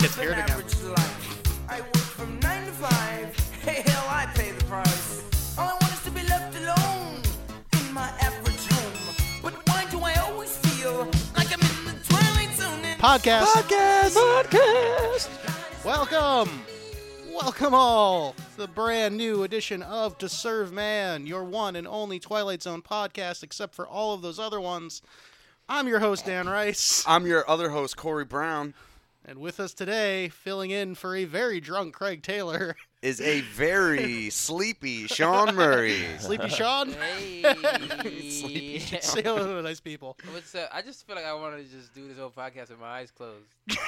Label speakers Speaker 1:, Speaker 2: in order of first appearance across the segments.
Speaker 1: just hear it again.
Speaker 2: life. I work from nine to five. Hey, hell, I pay the price. All I want is to be left alone in my average home. But why do I always feel like I'm in the twilight zone? And
Speaker 1: Podcast.
Speaker 3: Podcast. Podcast.
Speaker 1: Welcome. Welcome all. to The brand new edition of To Serve Man, your one and only Twilight Zone podcast, except for all of those other ones. I'm your host, Dan Rice.
Speaker 3: I'm your other host, Corey Brown.
Speaker 1: And with us today, filling in for a very drunk Craig Taylor,
Speaker 3: Is a very sleepy Sean Murray.
Speaker 1: Sleepy Sean.
Speaker 4: Hey.
Speaker 1: Say hello to the nice people.
Speaker 4: What's up? I just feel like I want to just do this whole podcast with my eyes closed. just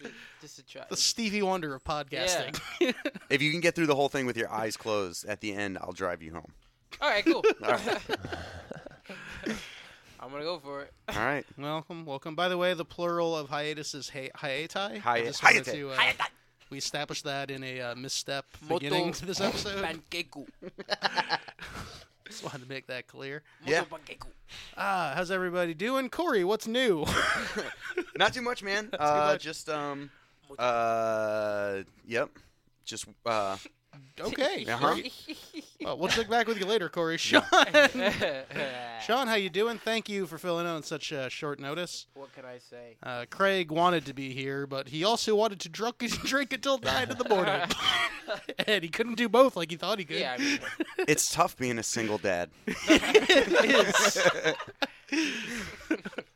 Speaker 4: to, just to try.
Speaker 1: The Stevie Wonder of podcasting.
Speaker 3: If you can get through the whole thing with your eyes closed, at the end, I'll drive you home.
Speaker 4: All right, cool.
Speaker 3: right.
Speaker 4: I'm gonna go for it.
Speaker 3: All right.
Speaker 1: Welcome, welcome. By the way, the plural of hiatus is hi- hiati.
Speaker 3: Hi-
Speaker 1: I just wanted
Speaker 3: hiatai.
Speaker 1: to, uh, we established that in a uh, misstep
Speaker 4: Moto
Speaker 1: beginning to this episode.
Speaker 4: Pankeku.
Speaker 1: Just wanted to make that clear.
Speaker 3: Yeah.
Speaker 4: Moto pankeku.
Speaker 1: Ah, how's everybody doing? Corey, what's new?
Speaker 3: Not too much, man. Uh,
Speaker 1: much.
Speaker 3: just um. Uh. Yep. Just uh.
Speaker 1: okay.
Speaker 3: Uh-huh.
Speaker 1: great. Well, we'll check back with you later, Corey. Sean, Sean, how you doing? Thank you for filling out on such uh, short notice.
Speaker 4: what can I say?
Speaker 1: Uh, Craig wanted to be here, but he also wanted to drunk drink until nine in the morning, and he couldn't do both like he thought he could.
Speaker 4: Yeah, I mean,
Speaker 3: It's tough being a single dad.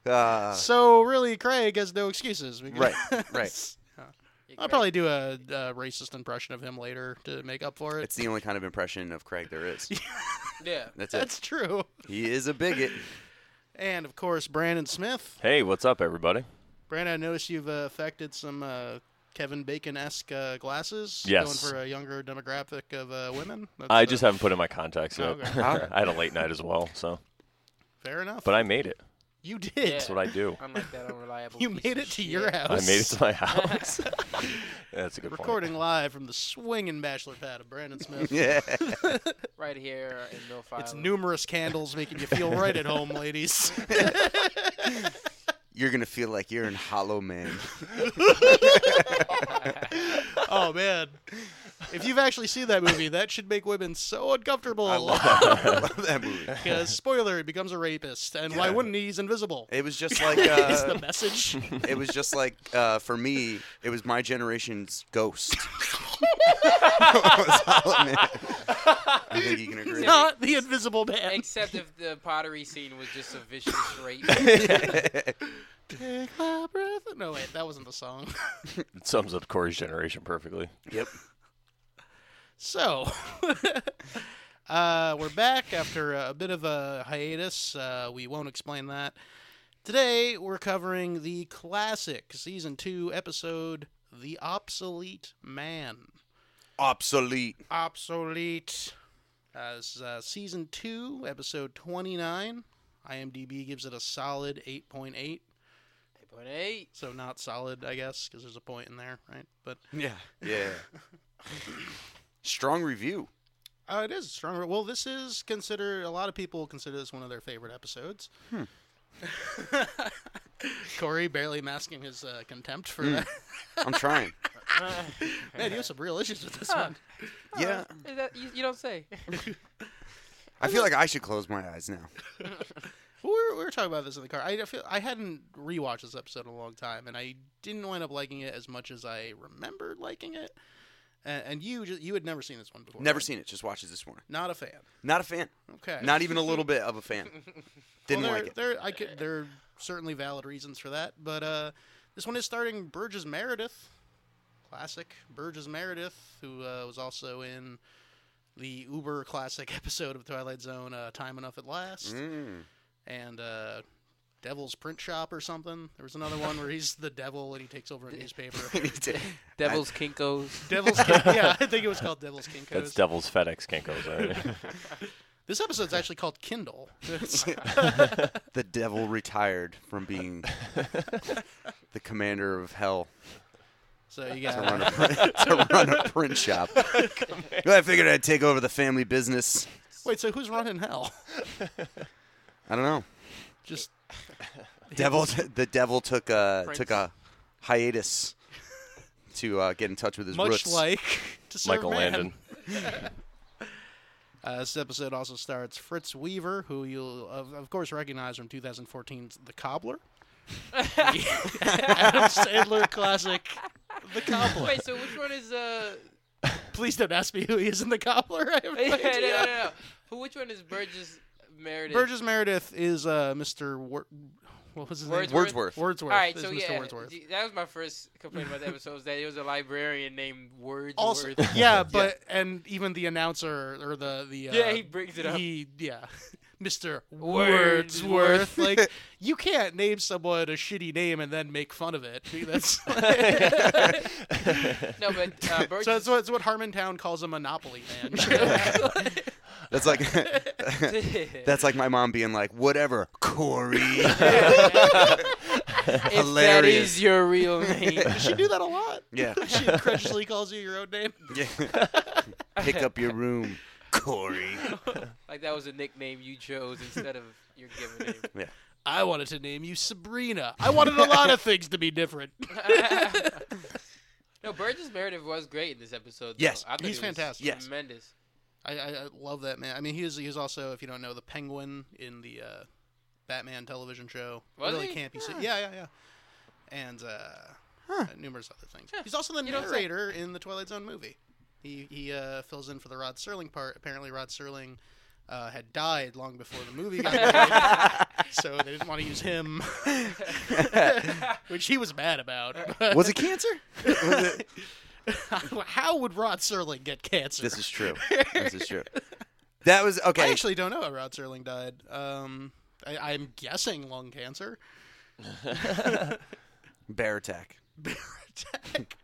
Speaker 3: Uh,
Speaker 1: So really, Craig has no excuses. because- uh,
Speaker 3: right. Right.
Speaker 4: you're
Speaker 1: I'll
Speaker 4: correct.
Speaker 1: probably do a, uh racist impression of him later to make up for it.
Speaker 3: It's the only kind of impression of Craig there is.
Speaker 4: yeah.
Speaker 3: That's it.
Speaker 1: That's true.
Speaker 3: He is a bigot.
Speaker 1: And of course, Brandon Smith.
Speaker 5: Hey, what's up, everybody?
Speaker 1: Brandon, I noticed you've uh, affected some uh, Kevin Bacon esque uh, glasses.
Speaker 5: Yes.
Speaker 1: Going for a younger demographic of uh, women. That's,
Speaker 5: I
Speaker 1: uh,
Speaker 5: just haven't put in my contacts yet.
Speaker 1: Oh, okay.
Speaker 5: I had a late night as well, so
Speaker 1: Fair enough.
Speaker 5: but I made it.
Speaker 1: you did.
Speaker 5: That's what I do.
Speaker 4: I'm like that unreliable.
Speaker 1: You
Speaker 4: piece
Speaker 1: made
Speaker 4: of
Speaker 1: it to
Speaker 4: shit.
Speaker 1: your
Speaker 5: I
Speaker 1: house.
Speaker 5: made it to my house. Yeah, that's a good
Speaker 1: Recording live from the swinging bachelor pad of Brandon Smith.
Speaker 3: Yeah.
Speaker 4: right here in North
Speaker 1: It's
Speaker 4: Island.
Speaker 1: numerous candles making you feel right at home, ladies.
Speaker 3: You're gonna feel like you're in Hollow Man.
Speaker 1: Oh man, if you've actually seen that movie, that should make women so uncomfortable.
Speaker 3: I love that, I love that movie.
Speaker 1: Because spoiler, he becomes a rapist, and why
Speaker 3: Yeah.
Speaker 1: wouldn't he? He's invisible.
Speaker 3: It was just like
Speaker 1: is the
Speaker 3: uh,
Speaker 1: message.
Speaker 3: it was just like uh, for me, it was my generation's ghost. It was Hollow Man. I think you can agree.
Speaker 1: Not the invisible man.
Speaker 4: Except if the pottery scene was just a vicious rape.
Speaker 1: Take my breath. No wait, that wasn't the song.
Speaker 5: point. It sums up Corey's generation perfectly.
Speaker 3: Yep.
Speaker 1: So, uh, we're back after a bit of a hiatus. Uh, we won't explain that. Today, we're covering the classic season two episode, The Obsolete Man.
Speaker 3: Obsolete.
Speaker 1: Obsolete. Uh, this is uh, season two, episode 29. IMDb gives it a solid 8.8.
Speaker 4: Point eight.
Speaker 1: So, not solid, I guess, because there's a point in there, right? But
Speaker 3: Yeah. Yeah. Strong review.
Speaker 1: Uh, it is stronger. Well, this is considered a lot of people consider this one of their favorite episodes. Corey barely masking his uh, contempt for that.
Speaker 3: I'm trying.
Speaker 1: Man, you have some real issues with this
Speaker 4: Huh.
Speaker 1: one.
Speaker 3: Yeah.
Speaker 4: Is that, you, you don't say.
Speaker 3: I feel like I should close my eyes now.
Speaker 1: We were, we were talking about this in the car. I feel I hadn't rewatched this episode in a long time, and I didn't wind up liking it as much as I remembered liking it. And, and you just, you had never seen this one before.
Speaker 3: Never
Speaker 1: right?
Speaker 3: seen it. Just watched it this morning.
Speaker 1: Not a fan.
Speaker 3: Not a fan.
Speaker 1: Okay.
Speaker 3: Not even a little bit of a fan. Didn't
Speaker 1: well, there,
Speaker 3: like it.
Speaker 1: There, I could, there are certainly valid reasons for that, but uh, this one is starting Burgess Meredith, classic Burgess Meredith, who uh, was also in the uber classic episode of Twilight Zone, uh, Time Enough at Last,
Speaker 3: Mm.
Speaker 1: and uh, Devil's Print Shop or something. There was another one where he's the devil and he takes over a newspaper.
Speaker 4: Devil's Kinkos.
Speaker 1: Devil's Kin- yeah, I think it was called Devil's
Speaker 5: That's
Speaker 1: Kinkos.
Speaker 5: Devil's FedEx Kinkos. Right?
Speaker 1: this episode's actually called Kindle. It's-
Speaker 3: the devil retired from being the commander of hell
Speaker 1: so you
Speaker 3: to
Speaker 1: got
Speaker 3: run a, to run a print shop. I figured I'd take over the family business.
Speaker 1: wait. So who's running hell?
Speaker 3: I don't know.
Speaker 1: Just
Speaker 3: Devil, the devil took a
Speaker 4: Prince.
Speaker 3: took a hiatus to uh, get in touch with his
Speaker 1: Much
Speaker 3: roots.
Speaker 1: like to serve
Speaker 5: Michael
Speaker 1: man.
Speaker 5: Landon.
Speaker 1: Uh, this episode also stars Fritz Weaver, who you'll of, of course recognize from 2014's The Cobbler, the Adam Sandler classic, The Cobbler.
Speaker 4: Wait, so which one is uh?
Speaker 1: Please don't ask me who he is in The Cobbler. I have no
Speaker 4: yeah, no,
Speaker 1: idea.
Speaker 4: no, no. Who? Which one is Burgess Meredith?
Speaker 1: Burgess Meredith is uh, Mr. Wor- what was his name?
Speaker 4: Wordsworth?
Speaker 3: Wordsworth.
Speaker 1: Wordsworth.
Speaker 4: All right,
Speaker 1: is
Speaker 4: so
Speaker 1: Mr.
Speaker 4: yeah,
Speaker 1: Wordsworth.
Speaker 4: d- that was my first complaint about the episode was that it was a librarian named Wordsworth.
Speaker 1: Also, yeah, but and even the announcer or the the uh,
Speaker 4: Yeah, he brings it up.
Speaker 1: He yeah, Mr.
Speaker 4: Wordsworth.
Speaker 1: Wordsworth. like you can't name someone a shitty name and then make fun of it. That's
Speaker 4: no, but uh,
Speaker 1: so
Speaker 4: Burgess.
Speaker 1: that's what, that's what Harmontown calls a monopoly man.
Speaker 3: That's like that's like my mom being like, whatever, Corey.
Speaker 4: if that
Speaker 3: hilarious.
Speaker 4: is your real name.
Speaker 1: she do that a lot.
Speaker 3: yeah,
Speaker 1: She grudgingly calls you your own name.
Speaker 3: yeah. Pick up your room, Corey.
Speaker 4: like that was a nickname you chose instead of your given name.
Speaker 3: Yeah.
Speaker 1: I wanted to name you Sabrina. I wanted a lot of things to be different.
Speaker 4: No, Burgess Meredith was great in this episode. though.
Speaker 3: Yes,
Speaker 4: I thought
Speaker 1: he's
Speaker 4: he was
Speaker 1: fantastic.
Speaker 3: Yes.
Speaker 4: Tremendous.
Speaker 1: I, I, I love that man. I mean, he was, he was also, if you don't know, the Penguin in the uh, Batman television show.
Speaker 4: Was
Speaker 1: really
Speaker 4: he?
Speaker 1: campy. se- Yeah, yeah, yeah. And uh, uh, numerous other things. He's also the
Speaker 4: You don't say.
Speaker 1: narrator in the Twilight Zone movie. He he uh, fills in for the Rod Serling part. Apparently, Rod Serling uh, had died long before the movie got made, so they didn't want to use him, which he was mad about.
Speaker 3: Was it cancer? Was it-
Speaker 1: How would Rod Serling get cancer?
Speaker 3: This is true. This is true. That was
Speaker 1: I
Speaker 3: okay.
Speaker 1: actually don't know how Rod Serling died. Um, I, I'm guessing lung cancer.
Speaker 3: Bear attack.
Speaker 1: Bear attack.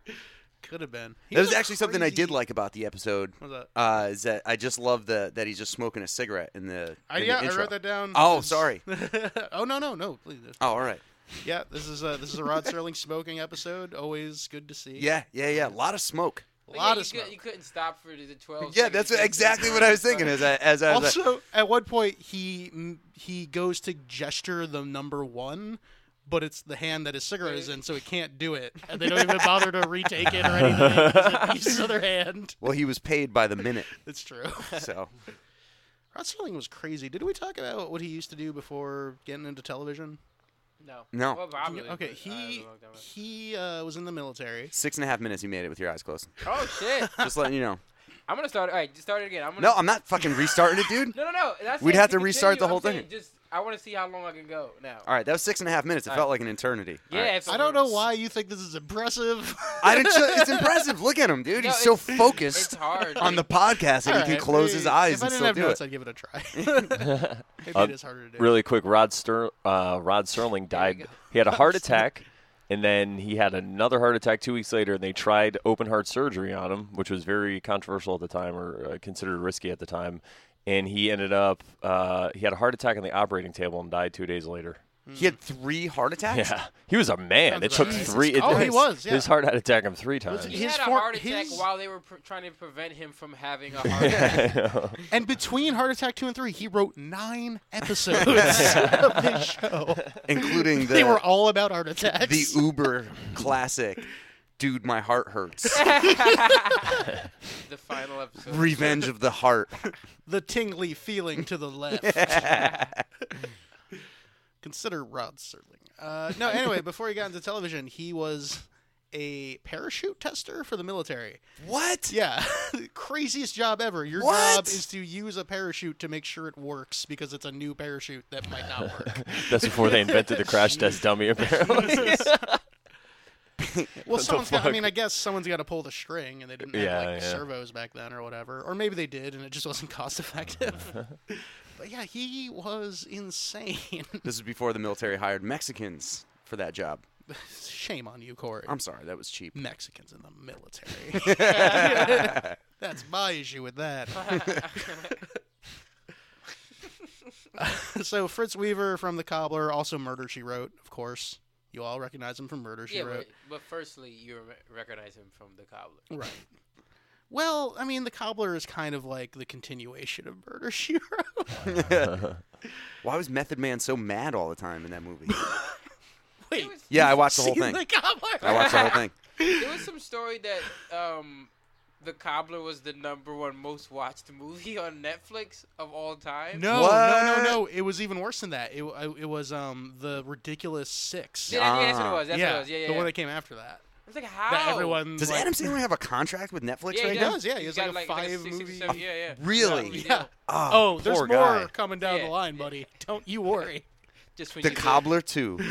Speaker 1: Could have been. He
Speaker 3: That was
Speaker 1: a
Speaker 3: actually something I did
Speaker 1: crazy-
Speaker 3: like about the episode.
Speaker 1: What was that?
Speaker 3: Uh, is that I just love the that he's just smoking a cigarette in the. In
Speaker 1: I,
Speaker 3: the
Speaker 1: yeah, I
Speaker 3: intro.
Speaker 1: wrote that down.
Speaker 3: Oh,
Speaker 1: This is-
Speaker 3: sorry.
Speaker 1: oh no, no, no. Please.
Speaker 3: Oh, all right.
Speaker 1: Yeah, this is a this is a Rod Serling smoking episode. Always good to see.
Speaker 3: Yeah, yeah, yeah. A lot of smoke.
Speaker 1: a
Speaker 4: But
Speaker 1: lot
Speaker 4: yeah,
Speaker 1: of
Speaker 4: you,
Speaker 1: smoke.
Speaker 4: Could, you couldn't stop for the the twelve.
Speaker 3: Yeah, that's exactly what I was thinking. As I, as I was like-
Speaker 1: also, at one point, he he goes to gesture the number one, but it's the hand that his cigarette is in, so he can't do it, and they don't even bother to retake it or anything. 'cause It uses his other hand.
Speaker 3: well, he was paid by the minute,
Speaker 1: It's true.
Speaker 3: so
Speaker 1: Rod Serling was crazy. Did we talk about what he used to do before getting into television?
Speaker 4: No.
Speaker 3: No.
Speaker 4: Well, probably,
Speaker 1: okay,
Speaker 4: but I
Speaker 1: he
Speaker 4: don't know that much.
Speaker 1: he uh, was in the military.
Speaker 3: six and a half minutes. You made it with your eyes closed.
Speaker 4: Oh shit!
Speaker 3: Just letting you know.
Speaker 4: I'm gonna start. All right, just start it again. I'm gonna.
Speaker 3: No, I'm not fucking restarting it, dude.
Speaker 4: No, no, no. That's
Speaker 3: We'd
Speaker 4: it.
Speaker 3: have to
Speaker 4: Continue.
Speaker 3: restart the
Speaker 4: I'm
Speaker 3: whole
Speaker 4: saying
Speaker 3: thing.
Speaker 4: Just, I want to see how long I can go now.
Speaker 3: All right, that was six and a half minutes. It felt like an eternity. All
Speaker 4: Yeah.
Speaker 3: right.
Speaker 4: if
Speaker 1: I don't know why you think this is impressive.
Speaker 3: I didn't. ju- It's impressive. Look at him, dude.
Speaker 4: No,
Speaker 3: He's so
Speaker 4: it's- It's
Speaker 3: focused
Speaker 4: hard.
Speaker 3: on the podcast that
Speaker 1: All
Speaker 3: he can
Speaker 1: right,
Speaker 3: close his
Speaker 1: maybe- If
Speaker 3: eyes
Speaker 1: I
Speaker 3: and
Speaker 1: didn't
Speaker 3: still
Speaker 1: have
Speaker 3: do
Speaker 1: notes,
Speaker 3: it. Uh,
Speaker 1: I'd give it a try. Maybe
Speaker 5: Um,
Speaker 1: it is harder to do.
Speaker 5: Really quick, Rod Ster- uh, Rod Serling
Speaker 4: go.
Speaker 5: died. He had a heart attack, and then he had another heart attack two weeks later. And they tried open heart surgery on him, which was very controversial at the time or uh, considered risky at the time. And he ended up uh, he had a heart attack on the operating table and died two days later.
Speaker 3: He had three heart attacks.
Speaker 5: Yeah, he was a man.
Speaker 1: Sounds
Speaker 5: it took
Speaker 1: about right.
Speaker 5: three. it-
Speaker 1: Oh, he was, yeah.
Speaker 5: His heart had attacked him three times.
Speaker 1: it-
Speaker 4: He
Speaker 1: His
Speaker 4: had a
Speaker 1: for-
Speaker 4: heart attack
Speaker 1: his-
Speaker 4: while they were pr- trying to prevent him from having a heart attack.
Speaker 1: And between Heart Attack two and three, he wrote nine episodes of this show.
Speaker 3: including the
Speaker 1: They were all about heart attacks.
Speaker 3: the Uber classic. Dude, my heart hurts.
Speaker 4: the final episode.
Speaker 3: Revenge of the heart.
Speaker 1: the tingly feeling to the left. Consider Rod Serling. Uh, no, anyway, before he got into television, he was a parachute tester for the military.
Speaker 3: What?
Speaker 1: Yeah, craziest job ever. Your
Speaker 3: What?
Speaker 1: job is to use a parachute to make sure it works because it's a new parachute that might not work.
Speaker 5: That's before they invented the crash test dummy, apparently.
Speaker 1: well, someone's got, I
Speaker 5: fuck?
Speaker 1: mean, I guess someone's got to pull the string, and they didn't have
Speaker 5: Yeah,
Speaker 1: like
Speaker 5: yeah.
Speaker 1: servos back then or whatever, or maybe they did, and it just wasn't cost effective. but yeah, he was insane.
Speaker 3: This is before the military hired Mexicans for that job.
Speaker 1: Shame on you, Corey.
Speaker 3: I'm sorry, that was cheap.
Speaker 1: Mexicans in the military. That's my issue with that. so Fritz Weaver from The Cobbler, also Murder She Wrote, of course. You all recognize him from Murder She
Speaker 4: Yeah,
Speaker 1: Wrote.
Speaker 4: but, but firstly, you rem- recognize him from the cobbler.
Speaker 1: Right. Well, I mean, The Cobbler is kind of like the continuation of Murder She Wrote.
Speaker 3: Why was Method Man so mad all the time in that movie?
Speaker 1: Wait,
Speaker 3: Yeah, I
Speaker 1: you've
Speaker 3: watched the whole
Speaker 1: seen
Speaker 3: thing.
Speaker 1: The Cobbler.
Speaker 3: I watched the whole thing.
Speaker 4: There was some story that um, the Cobbler was the number one most watched movie on Netflix of all time.
Speaker 1: No, no, no,
Speaker 3: What?
Speaker 1: no. It was even worse than that. It, I- it was um the ridiculous six.
Speaker 4: Yeah, that- yeah, that's what it was. That's what
Speaker 1: yeah,
Speaker 4: it was. Yeah, yeah.
Speaker 1: the
Speaker 4: yeah.
Speaker 1: one that came after that.
Speaker 4: it's like how
Speaker 1: That everyone
Speaker 3: Does
Speaker 1: like,
Speaker 3: Adam Sandler have a contract with Netflix
Speaker 4: Yeah,
Speaker 3: right
Speaker 1: he
Speaker 3: now?
Speaker 1: does. Yeah, he has
Speaker 4: He's got
Speaker 1: like a five
Speaker 4: six or
Speaker 1: movie.
Speaker 4: seven- yeah, yeah.
Speaker 3: Really?
Speaker 4: we
Speaker 1: Yeah.
Speaker 4: do.
Speaker 1: Oh, there's
Speaker 3: poor
Speaker 1: more
Speaker 3: guy.
Speaker 1: coming down
Speaker 4: Yeah.
Speaker 1: the line, buddy. Don't you worry.
Speaker 4: Just when
Speaker 3: The
Speaker 4: you do it.
Speaker 3: Cobbler too,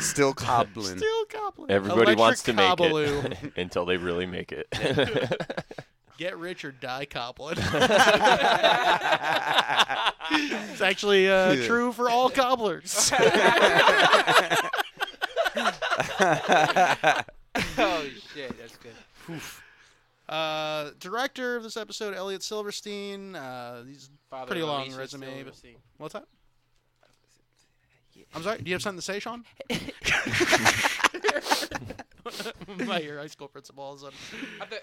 Speaker 3: still cobbling.
Speaker 1: Still goblin.
Speaker 5: Everybody
Speaker 1: Electric
Speaker 5: wants to make
Speaker 1: Cobbaloo.
Speaker 5: it until they really make it.
Speaker 1: Get rich or die goblin. it's actually uh,
Speaker 3: Yeah.
Speaker 1: true for all cobblers.
Speaker 4: Oh shit, that's good.
Speaker 1: Uh, director of this episode, Elliot Silverstein. Uh, he's
Speaker 4: Father
Speaker 1: pretty
Speaker 4: of
Speaker 1: long
Speaker 4: Alicia
Speaker 1: resume. But
Speaker 4: Silverstein.
Speaker 1: what's that? I'm sorry. Do you have something to say, Sean? My your high school principal. all of a sudden.
Speaker 4: I, th-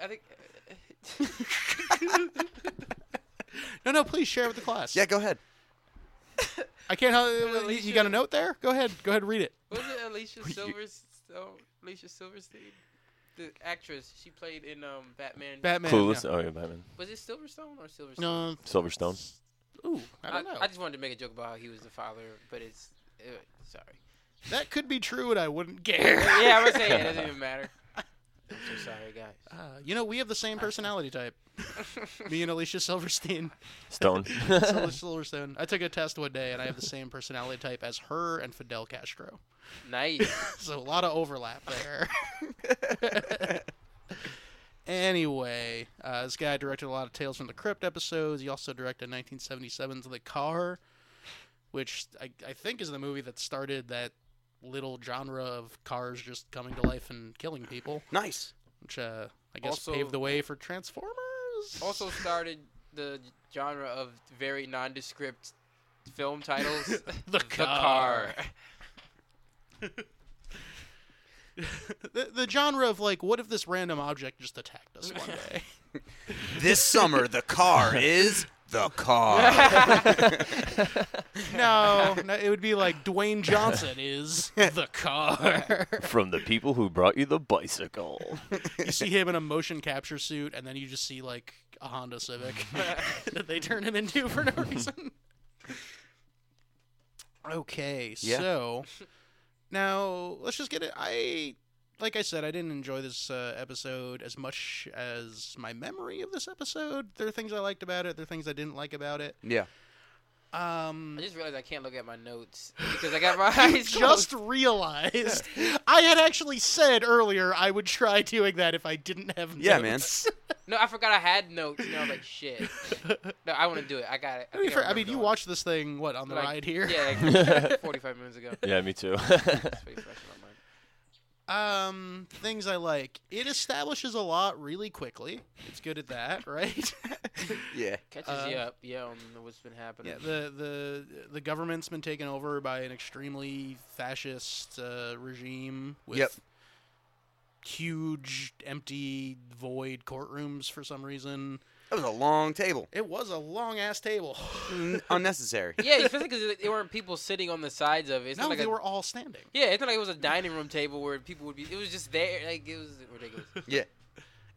Speaker 4: I think
Speaker 1: No, no. Please share with the class.
Speaker 3: Yeah, go ahead.
Speaker 1: I can't help. You, you got a note there? Go ahead. Go ahead. and Read it.
Speaker 4: was it Alicia Silverstone? Alicia Silverstein, the actress she played in um Batman.
Speaker 1: Batman.
Speaker 5: Clueless.
Speaker 1: yeah.
Speaker 5: Oh yeah, Batman.
Speaker 4: was it Silverstone or Silverstone?
Speaker 1: No.
Speaker 5: Silverstone.
Speaker 1: Ooh, I don't know.
Speaker 4: I, just wanted to make a joke about how he was the father, but it's uh, sorry.
Speaker 1: that could be true, and I wouldn't care.
Speaker 4: Yeah, I would say it doesn't even matter. I'm so sorry, guys.
Speaker 1: Uh, you know, we have the same personality type. Me and Alicia Silverstein.
Speaker 5: Stone.
Speaker 1: Alicia Silverstone. I took a test one day, and I have the same personality type as her and Fidel Castro.
Speaker 4: Nice.
Speaker 1: So a lot of overlap there. anyway, uh, this guy directed a lot of Tales from the Crypt episodes. He also directed 1977's The Car, which I, I think is the movie that started that little genre of cars just coming to life and killing people,
Speaker 3: Nice.
Speaker 1: which uh, I guess
Speaker 4: Also-
Speaker 1: paved the way for Transformers.
Speaker 4: Also started the genre of very nondescript film titles.
Speaker 1: The
Speaker 4: The car.
Speaker 1: the, the genre of like, what if this random object just attacked us one day?
Speaker 3: This summer, the car is the car.
Speaker 1: No, no, it would be like Dwayne Johnson is the car.
Speaker 5: From the people who brought you the bicycle.
Speaker 1: you see him in a motion capture suit, and then you just see like a Honda Civic that they turn him into for no reason. Okay,
Speaker 3: Yeah.
Speaker 1: so now let's just get it. I like I said, I didn't enjoy this uh, episode as much as my memory of this episode. There are things I liked about it. There are things I didn't like about it.
Speaker 3: yeah.
Speaker 1: Um,
Speaker 4: I just realized I can't look at my notes because I got my eyes
Speaker 1: just
Speaker 4: closed.
Speaker 1: realized I had actually said earlier I would try doing that if I didn't have notes.
Speaker 3: Yeah, man.
Speaker 4: No, I forgot I had notes. And I was like, shit. No, I want to do it. I got it.
Speaker 1: I mean,
Speaker 4: think
Speaker 1: for- I
Speaker 4: remember
Speaker 1: mean, you
Speaker 4: doing it.
Speaker 1: watched this thing what on the
Speaker 4: Like,
Speaker 1: ride here?
Speaker 4: Yeah, like 45 minutes ago.
Speaker 5: Yeah, me too.
Speaker 4: It's pretty fresh in my mind.
Speaker 1: Um, things I like. It establishes a lot really quickly. It's good at that, right?
Speaker 3: Yeah.
Speaker 4: Catches you
Speaker 1: Uh,
Speaker 4: up, yeah, on what's been happening.
Speaker 1: yeah. The the the government's been taken over by an extremely fascist uh, regime with
Speaker 3: Yep.
Speaker 1: huge empty void courtrooms for some reason.
Speaker 3: That was a long table.
Speaker 1: It was a long ass table.
Speaker 3: N- Mm, Unnecessary.
Speaker 4: yeah, especially because there weren't people sitting on the sides of it. It's
Speaker 1: no,
Speaker 4: not like
Speaker 1: they
Speaker 4: a,
Speaker 1: were all standing.
Speaker 4: Yeah, it's not like it was a dining room table where people would be. It was just there. Like it was ridiculous.
Speaker 3: Yeah.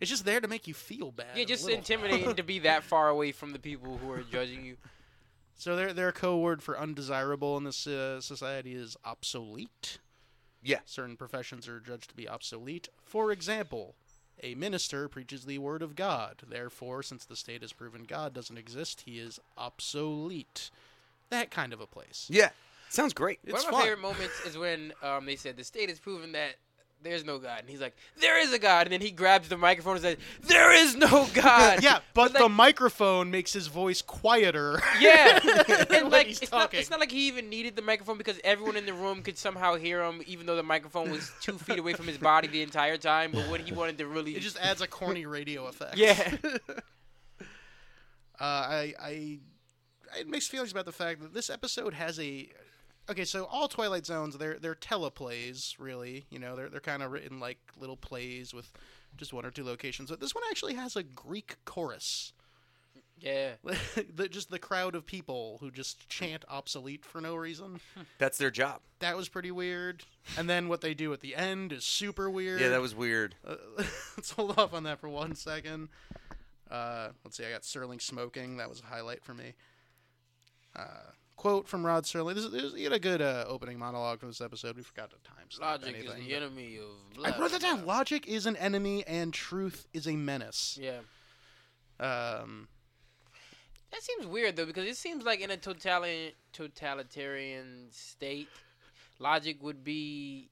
Speaker 1: It's just there to make you feel bad.
Speaker 4: Yeah,
Speaker 1: a
Speaker 4: just
Speaker 1: little.
Speaker 4: intimidating to be that far away from the people who are judging you.
Speaker 1: So their their code word for undesirable in this uh, society is obsolete.
Speaker 3: Yeah.
Speaker 1: Certain professions are judged to be obsolete. For example, a minister preaches the word of God. Therefore, since the state has proven God doesn't exist, he is obsolete. That kind of a place.
Speaker 3: Yeah. Sounds great.
Speaker 1: It's
Speaker 4: One of my
Speaker 1: fun.
Speaker 4: favorite moments is when um, they said the state has proven that there's no God, and he's like, "There is a God," and then he grabs the microphone and says, "There is no God."
Speaker 1: yeah, but the
Speaker 4: like-
Speaker 1: microphone makes his voice quieter.
Speaker 4: Yeah,
Speaker 1: When
Speaker 4: and like
Speaker 1: he's
Speaker 4: it's not,
Speaker 1: talking.
Speaker 4: it's not like he even needed the microphone because everyone in the room could somehow hear him, even though the microphone was two feet away from his body the entire time. But what he wanted to really,
Speaker 1: It just adds a corny radio effect.
Speaker 4: yeah,
Speaker 1: Uh, I, I, I had mixed feelings about the fact that this episode has a. Okay, so all Twilight Zones, they're they're teleplays, really. You know, they're they're kind of written like little plays with just one or two locations. But this one actually has a Greek chorus.
Speaker 4: Yeah.
Speaker 1: the, just the crowd of people who just chant obsolete for no reason.
Speaker 3: That's their job.
Speaker 1: That was pretty weird. And then what they do at the end is super weird.
Speaker 3: Yeah, that was weird.
Speaker 1: Uh, let's hold off on that for one second. Uh, let's see. I got Sterling smoking. That was a highlight for me. Uh, quote from Rod Sterling. This is, this, he had a good uh, opening monologue for this episode. We forgot to time stamp
Speaker 4: Logic is
Speaker 1: anything,
Speaker 4: the
Speaker 1: but-
Speaker 4: enemy of.
Speaker 1: I wrote that
Speaker 4: blah,
Speaker 1: down. Logic is an enemy, and truth is a menace.
Speaker 4: blah. Yeah.
Speaker 1: Um,
Speaker 4: That seems weird though, because it seems like in a totalitarian totalitarian state, logic would be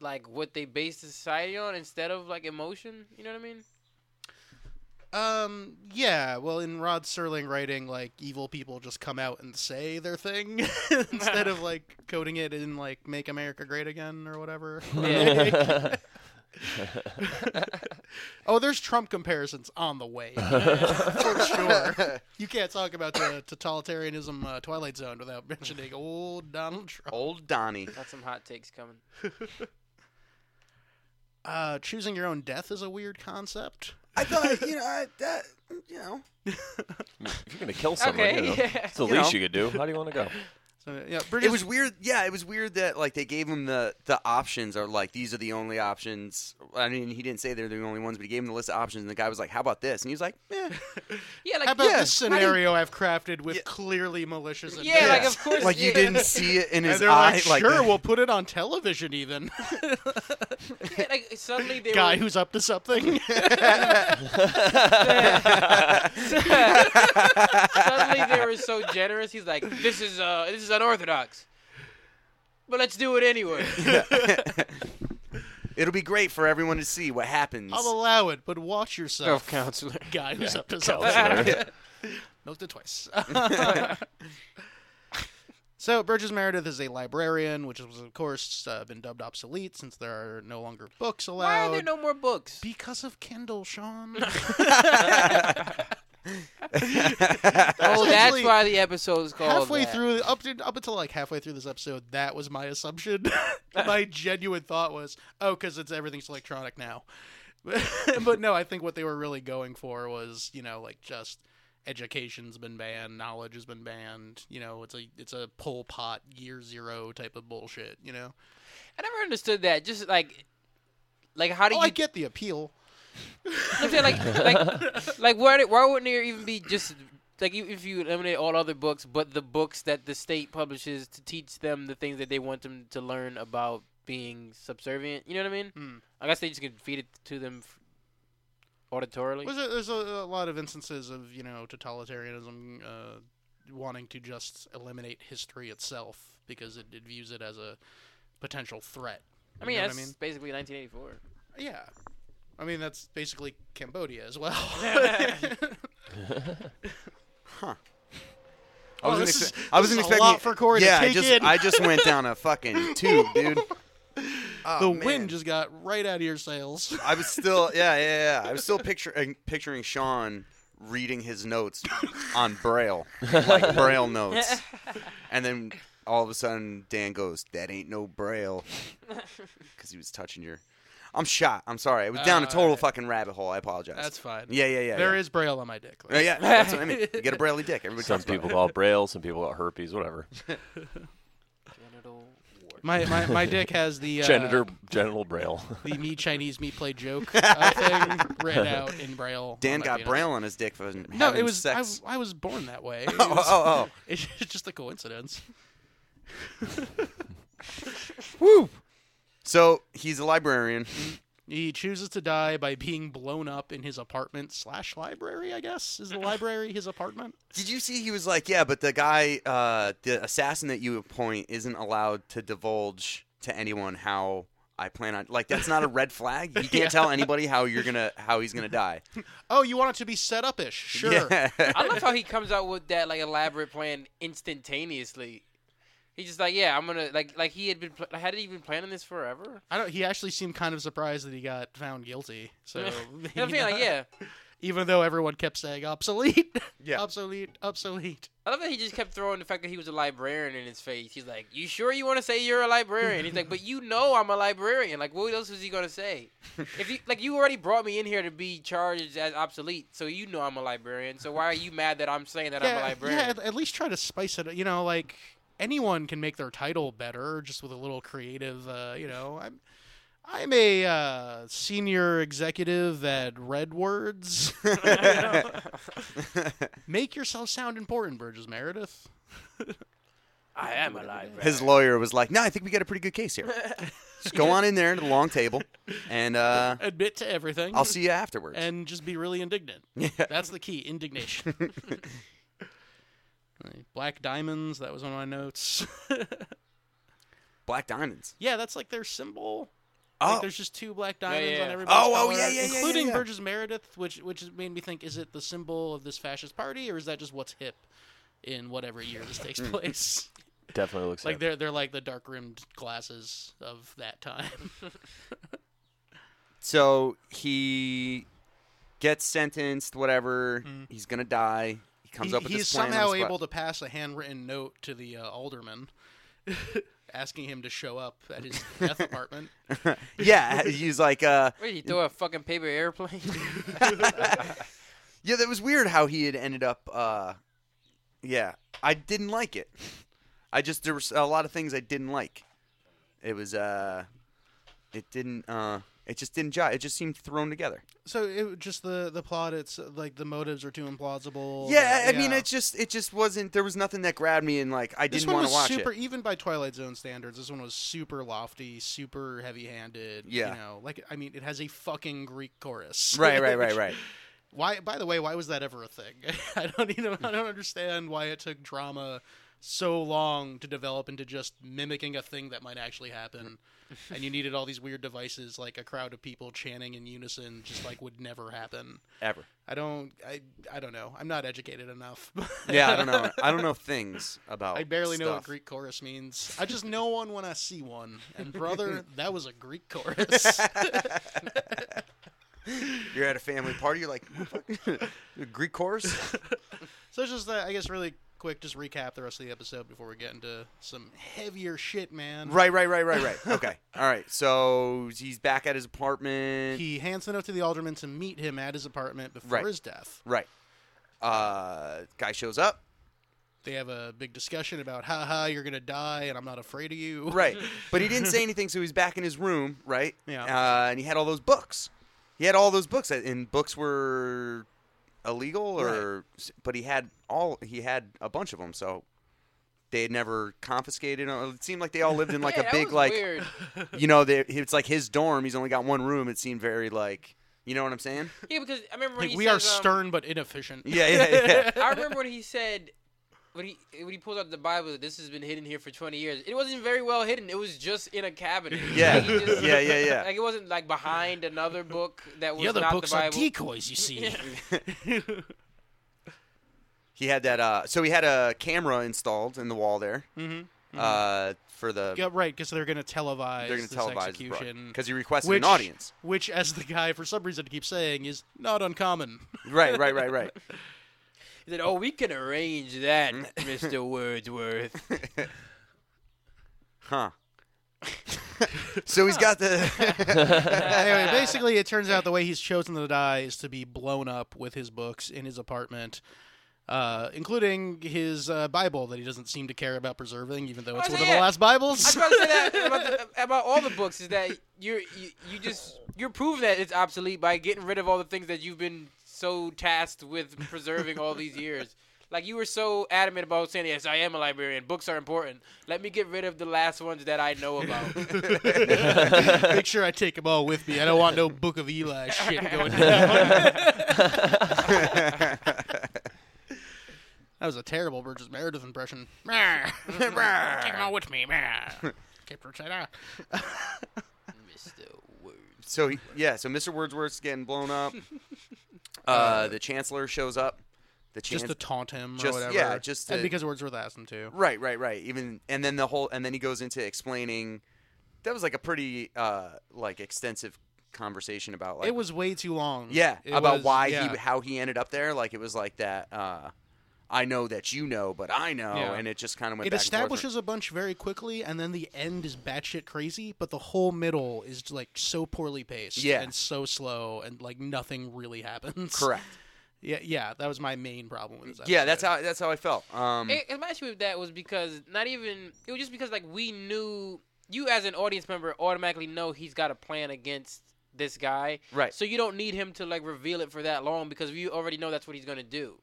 Speaker 4: like what they base the society on instead of like emotion. You know what I mean?
Speaker 1: Um. Yeah. Well, in Rod Serling writing, like evil people just come out and say their thing instead of like coding it in like "Make America Great Again" or whatever.
Speaker 5: Yeah.
Speaker 1: oh, there's Trump comparisons on the way for sure. You can't talk about the totalitarianism uh, Twilight Zone without mentioning old Donald Trump.
Speaker 3: Old Donnie.
Speaker 4: Got some hot takes coming.
Speaker 1: Uh, choosing your own death is a weird concept.
Speaker 3: I thought, you know, I, that, you know.
Speaker 5: If you're gonna kill someone,
Speaker 4: Okay,
Speaker 5: you know,
Speaker 4: yeah.
Speaker 5: it's the
Speaker 3: You
Speaker 5: least
Speaker 3: know.
Speaker 5: you could do. How do you want to go?
Speaker 1: So Uh, yeah, Bridges,
Speaker 3: It was weird. Yeah, it was weird that like they gave him the the options are like these are the only options. I mean, he didn't say they're the only ones, but he gave him the list of options, and the guy was like, "How about this?" And he was like, "Eh."
Speaker 4: Yeah, like
Speaker 1: How about
Speaker 3: yeah,
Speaker 1: this
Speaker 3: how do you-
Speaker 1: scenario I've crafted with
Speaker 3: Yeah.
Speaker 1: clearly malicious?
Speaker 4: Yeah,
Speaker 1: intent?
Speaker 4: like, of course
Speaker 3: like you
Speaker 4: it-
Speaker 3: didn't see it in his
Speaker 1: And they're
Speaker 3: eye."
Speaker 1: like, sure,
Speaker 3: that-
Speaker 1: we'll put it on television. Even
Speaker 4: yeah, like suddenly they
Speaker 1: guy
Speaker 4: were,
Speaker 1: who's up to something.
Speaker 4: suddenly they were so generous. He's like, this is uh, this is unorthodox, but let's do it anyway.
Speaker 3: it'll be great for everyone to see what happens.
Speaker 1: I'll allow it, but watch yourself,
Speaker 4: counselor.
Speaker 1: guy who's up to
Speaker 5: counselor.
Speaker 1: something. Milked it twice. so Burgess Meredith is a librarian, which has, of course, uh, been dubbed obsolete since there are no longer books allowed.
Speaker 4: Why are there no more books?
Speaker 1: because of Kindle, Sean.
Speaker 4: Oh, that's
Speaker 1: Actually,
Speaker 4: why the episode's called.
Speaker 1: halfway
Speaker 4: that.
Speaker 1: through up to up until like halfway through this episode that was my assumption my genuine thought was oh because it's everything's electronic now but no i think what they were really going for was you know like just education's been banned knowledge has been banned you know it's a it's a pol pot year zero type of bullshit you know
Speaker 4: I never understood that. Just like, like how do
Speaker 1: oh
Speaker 4: you?
Speaker 1: i get the appeal
Speaker 4: I'm saying, like, like, like why, did- why wouldn't there even be just like you- if you eliminate all other books, but the books that the state publishes to teach them the things that they want them to learn about being subservient? You know what I mean?
Speaker 1: Hmm.
Speaker 4: I guess they just can feed it to them f- auditorily.
Speaker 1: Well, there- there's a, a lot of instances of you know totalitarianism uh, wanting to just eliminate history itself because it, it views it as a potential threat.
Speaker 4: I mean,
Speaker 1: you know
Speaker 4: that's
Speaker 1: what I mean,
Speaker 4: basically 1984.
Speaker 1: yeah. I mean, that's basically Cambodia as well.
Speaker 3: I wasn't,
Speaker 1: this
Speaker 3: expect-
Speaker 1: is-
Speaker 3: I
Speaker 1: this
Speaker 3: wasn't
Speaker 1: is a
Speaker 3: expecting
Speaker 1: lot
Speaker 3: it.
Speaker 1: for Corey to
Speaker 3: yeah, I
Speaker 1: take
Speaker 3: just
Speaker 1: in.
Speaker 3: I just went down a fucking tube, dude. Oh,
Speaker 1: the
Speaker 3: man.
Speaker 1: wind just got right out of your sails.
Speaker 3: I was still yeah yeah yeah. I was still picturing picturing Sean reading his notes on braille, like braille notes, and then all of a sudden Dan goes, "That ain't no braille," because he was touching your. I'm shot. I'm sorry. I was down a total fucking rabbit hole. I apologize.
Speaker 1: Uh, That's fine.
Speaker 3: Yeah yeah yeah.
Speaker 1: There is
Speaker 3: yeah.
Speaker 1: braille on my dick.
Speaker 3: Yeah, Uh, yeah, that's what I mean. You get a braille dick. Everybody
Speaker 5: Some
Speaker 3: talks about it.
Speaker 5: people call it braille, some people call it herpes, whatever.
Speaker 4: Genital wart.
Speaker 1: My, my my dick has the uh,
Speaker 5: Genitor, genital braille.
Speaker 1: the me Chinese me play joke uh, thing written out in braille. on
Speaker 3: Dan
Speaker 1: my
Speaker 3: got
Speaker 1: penis.
Speaker 3: braille on his dick for having
Speaker 1: No, it was I,
Speaker 3: sex.
Speaker 1: I was born that way. It
Speaker 3: oh,
Speaker 1: was-
Speaker 3: oh, oh.
Speaker 1: It's just a coincidence.
Speaker 3: So he's a librarian.
Speaker 1: He chooses to die by being blown up in his apartment slash library. I guess is the library his apartment.
Speaker 3: Did you see? He was like, "Yeah, but the guy, uh, the assassin that you appoint, isn't allowed to divulge to anyone how I plan on. Like, that's not a red flag. You can't
Speaker 1: Yeah.
Speaker 3: tell anybody how you're gonna how he's gonna die.
Speaker 1: Oh, you want it to be set up ish? Sure.
Speaker 3: Yeah.
Speaker 4: I love how he comes out with that like elaborate plan instantaneously. He's just like, yeah, I'm gonna like like he had been pl- had he been planning this forever?
Speaker 1: I don't. He actually seemed kind of surprised that he got found guilty. So
Speaker 4: And I'm feeling like, yeah,
Speaker 1: even though everyone kept saying obsolete,
Speaker 3: Yeah.
Speaker 1: obsolete, obsolete.
Speaker 4: I love that he just kept throwing the fact that he was a librarian in his face. He's like, "You sure you want to say you're a librarian?" He's like, "But you know I'm a librarian. Like, what else was he gonna say? If you like, you already brought me in here to be charged as obsolete, so you know I'm a librarian. So why are you mad that I'm saying that I'm a
Speaker 1: yeah,
Speaker 4: librarian?"
Speaker 1: yeah, at- at least try to spice it. You know, like anyone can make their title better just with a little creative. Uh, you know, I'm I'm a uh, senior executive at Redwords. Make yourself sound important, Burgess Meredith.
Speaker 4: I am a librarian.
Speaker 3: His lawyer was like, "No, I think we got a pretty good case here. Just go on in there to the long table, and uh,
Speaker 1: Admit to everything.
Speaker 3: I'll see you afterwards."
Speaker 1: and just be really indignant.
Speaker 3: Yeah.
Speaker 1: That's the key, indignation. Black diamonds, that was on my notes.
Speaker 3: Black diamonds.
Speaker 1: yeah, that's like their symbol.
Speaker 3: Oh,
Speaker 1: Like there's just two black diamonds
Speaker 4: yeah.
Speaker 1: on everybody's
Speaker 3: Oh, oh,
Speaker 1: collar,
Speaker 3: yeah, yeah, yeah, yeah,
Speaker 1: including
Speaker 3: yeah.
Speaker 1: Burgess Meredith, which which made me think: is it the symbol of this fascist party, or is that just what's hip in whatever year this takes
Speaker 3: Mm.
Speaker 1: place?
Speaker 5: Definitely looks
Speaker 1: like
Speaker 5: like
Speaker 1: they're they're like the dark rimmed glasses of that time.
Speaker 3: so he gets sentenced. Whatever. He's gonna die. He comes
Speaker 1: Mm-hmm. He-
Speaker 3: up with
Speaker 1: he's
Speaker 3: this plan.
Speaker 1: somehow able to pass a handwritten note to the uh, alderman asking him to show up at his death apartment
Speaker 3: yeah, he's like, uh,
Speaker 4: What did he throw a fucking paper airplane?
Speaker 3: yeah, that was weird how he had ended up. Uh, yeah, I didn't like it. I just there was a lot of things I didn't like. It was uh, it didn't uh, it just didn't jive. It just seemed thrown together.
Speaker 1: so it just the the plot it's uh, like the motives are too implausible
Speaker 3: Yeah, I-
Speaker 1: that-
Speaker 3: I mean, it just it just wasn't. There was nothing that grabbed me, and like I
Speaker 1: this
Speaker 3: didn't
Speaker 1: one
Speaker 3: want
Speaker 1: was
Speaker 3: to watch
Speaker 1: super
Speaker 3: it.
Speaker 1: even by twilight zone standards this one was super lofty super heavy-handed
Speaker 3: Yeah.
Speaker 1: you know like i mean it has a fucking greek chorus
Speaker 3: Right, right, right,
Speaker 1: Which-
Speaker 3: right.
Speaker 1: why by the way why was that ever a thing i don't even i don't understand why it took drama so long to develop into just mimicking a thing that might actually happen and you needed all these weird devices like a crowd of people chanting in unison just like would never happen
Speaker 3: Ever.
Speaker 1: i don't i i don't know i'm not educated enough
Speaker 3: Yeah, I don't know. I don't know things about.
Speaker 1: i barely know what
Speaker 3: stuff.
Speaker 1: greek chorus means i just know one when i see one and brother that was a greek chorus
Speaker 3: You're at a family party. You're like Greek chorus.
Speaker 1: So it's just that I guess really quick, just recap the rest of the episode before we get into some heavier shit, man.
Speaker 3: right, right, right, right, right. Okay. All right. So he's back at his apartment.
Speaker 1: He hands the note to the alderman to meet him at his apartment before
Speaker 3: Right.
Speaker 1: his death.
Speaker 3: right. Uh, guy shows up.
Speaker 1: They have a big discussion about, "Ha ha, you're gonna die, and I'm not afraid of you."
Speaker 3: Right. But he didn't say anything, so he's back in his room, right?
Speaker 1: Yeah.
Speaker 3: Uh, and he had all those books. He had all those books, and books were illegal, or but he had all he had a bunch of them. So they had never confiscated. 'em. It seemed like they all lived in like
Speaker 4: Yeah,
Speaker 3: a
Speaker 4: that
Speaker 3: big
Speaker 4: was
Speaker 3: like
Speaker 4: weird.
Speaker 3: you know they, it's like his dorm. He's only got one room. It seemed very like you know what I'm saying?
Speaker 4: Yeah, because I remember when
Speaker 1: Like
Speaker 4: he
Speaker 1: we are
Speaker 4: says, um,
Speaker 1: stern but inefficient.
Speaker 3: Yeah, yeah, yeah.
Speaker 4: I remember when he said when he when he pulled out the Bible, this has been hidden here for twenty years. It wasn't very well hidden. It was just in a cabinet.
Speaker 3: Yeah.
Speaker 4: Like, he just-
Speaker 3: Yeah, yeah, yeah.
Speaker 4: Like it wasn't like behind another book that was
Speaker 1: The other
Speaker 4: not
Speaker 1: books
Speaker 4: the
Speaker 1: are
Speaker 4: Bible.
Speaker 1: decoys, you see.
Speaker 3: He had that. Uh, so he had a camera installed in the wall there
Speaker 1: Mm-hmm,
Speaker 3: Uh, for the
Speaker 1: yeah, right, because they're gonna televise
Speaker 3: they're going to
Speaker 1: this
Speaker 3: televise
Speaker 1: execution.
Speaker 3: because he requested
Speaker 1: which,
Speaker 3: an audience.
Speaker 1: which, as the guy for some reason keeps saying, is not uncommon.
Speaker 3: Right, right, right, right.
Speaker 4: He said, "Oh, we can arrange that,
Speaker 3: Mm.
Speaker 4: Mister Wordsworth."
Speaker 3: Huh. so he's got the
Speaker 1: anyway, basically, it turns out the way he's chosen to die is to be blown up with his books in his apartment, uh, including his uh, Bible that he doesn't seem to care about preserving, even though it's
Speaker 4: Oh,
Speaker 1: one
Speaker 4: so
Speaker 1: of the
Speaker 4: yeah.
Speaker 1: last
Speaker 4: I was
Speaker 1: Bibles.
Speaker 4: about to say that about, the, about all the books is that you're you, you just you're proving that it's obsolete by getting rid of all the things that you've been so tasked with preserving all these years. Like you were so adamant about saying yes, I am a librarian. Books are important. Let me get rid of the last ones that I know about.
Speaker 1: Make sure I take them all with me. I don't want no Book of Eli shit going down. That was a terrible Burgess Meredith impression. Take them all with me. Kept her side out.
Speaker 4: Mister Words.
Speaker 3: so he, yeah. So Mr. Wordsworth's getting blown up. Uh, the chancellor shows up. The
Speaker 1: Just
Speaker 3: chancellor.
Speaker 1: to taunt him
Speaker 3: Just-
Speaker 1: or whatever.
Speaker 3: yeah, just
Speaker 1: and
Speaker 3: to-
Speaker 1: because Wordsworth asked him to.
Speaker 3: right, right, right. Even and then the whole and then he goes into explaining. That was like a pretty uh, like extensive conversation about like
Speaker 1: it was way too long.
Speaker 3: yeah
Speaker 1: It
Speaker 3: about
Speaker 1: was-
Speaker 3: why
Speaker 1: yeah.
Speaker 3: he how he ended up there. Like it was like that. Uh, I know that you know, but I know,
Speaker 1: Yeah.
Speaker 3: and it just kind of went.
Speaker 1: It
Speaker 3: back and forth.
Speaker 1: establishes a bunch very quickly, and then the end is batshit crazy. But the whole middle is like so poorly paced,
Speaker 3: Yeah.
Speaker 1: and so slow, and like nothing really happens.
Speaker 3: correct.
Speaker 1: Yeah, yeah, that was my main problem with this. Episode.
Speaker 3: Yeah, that's how that's how I felt. Um,
Speaker 4: It, and my issue with that was because not even it was just because like we knew you as an audience member automatically know he's got a plan against this guy,
Speaker 3: Right.
Speaker 4: So you don't need him to like reveal it for that long because you already know that's what he's gonna do.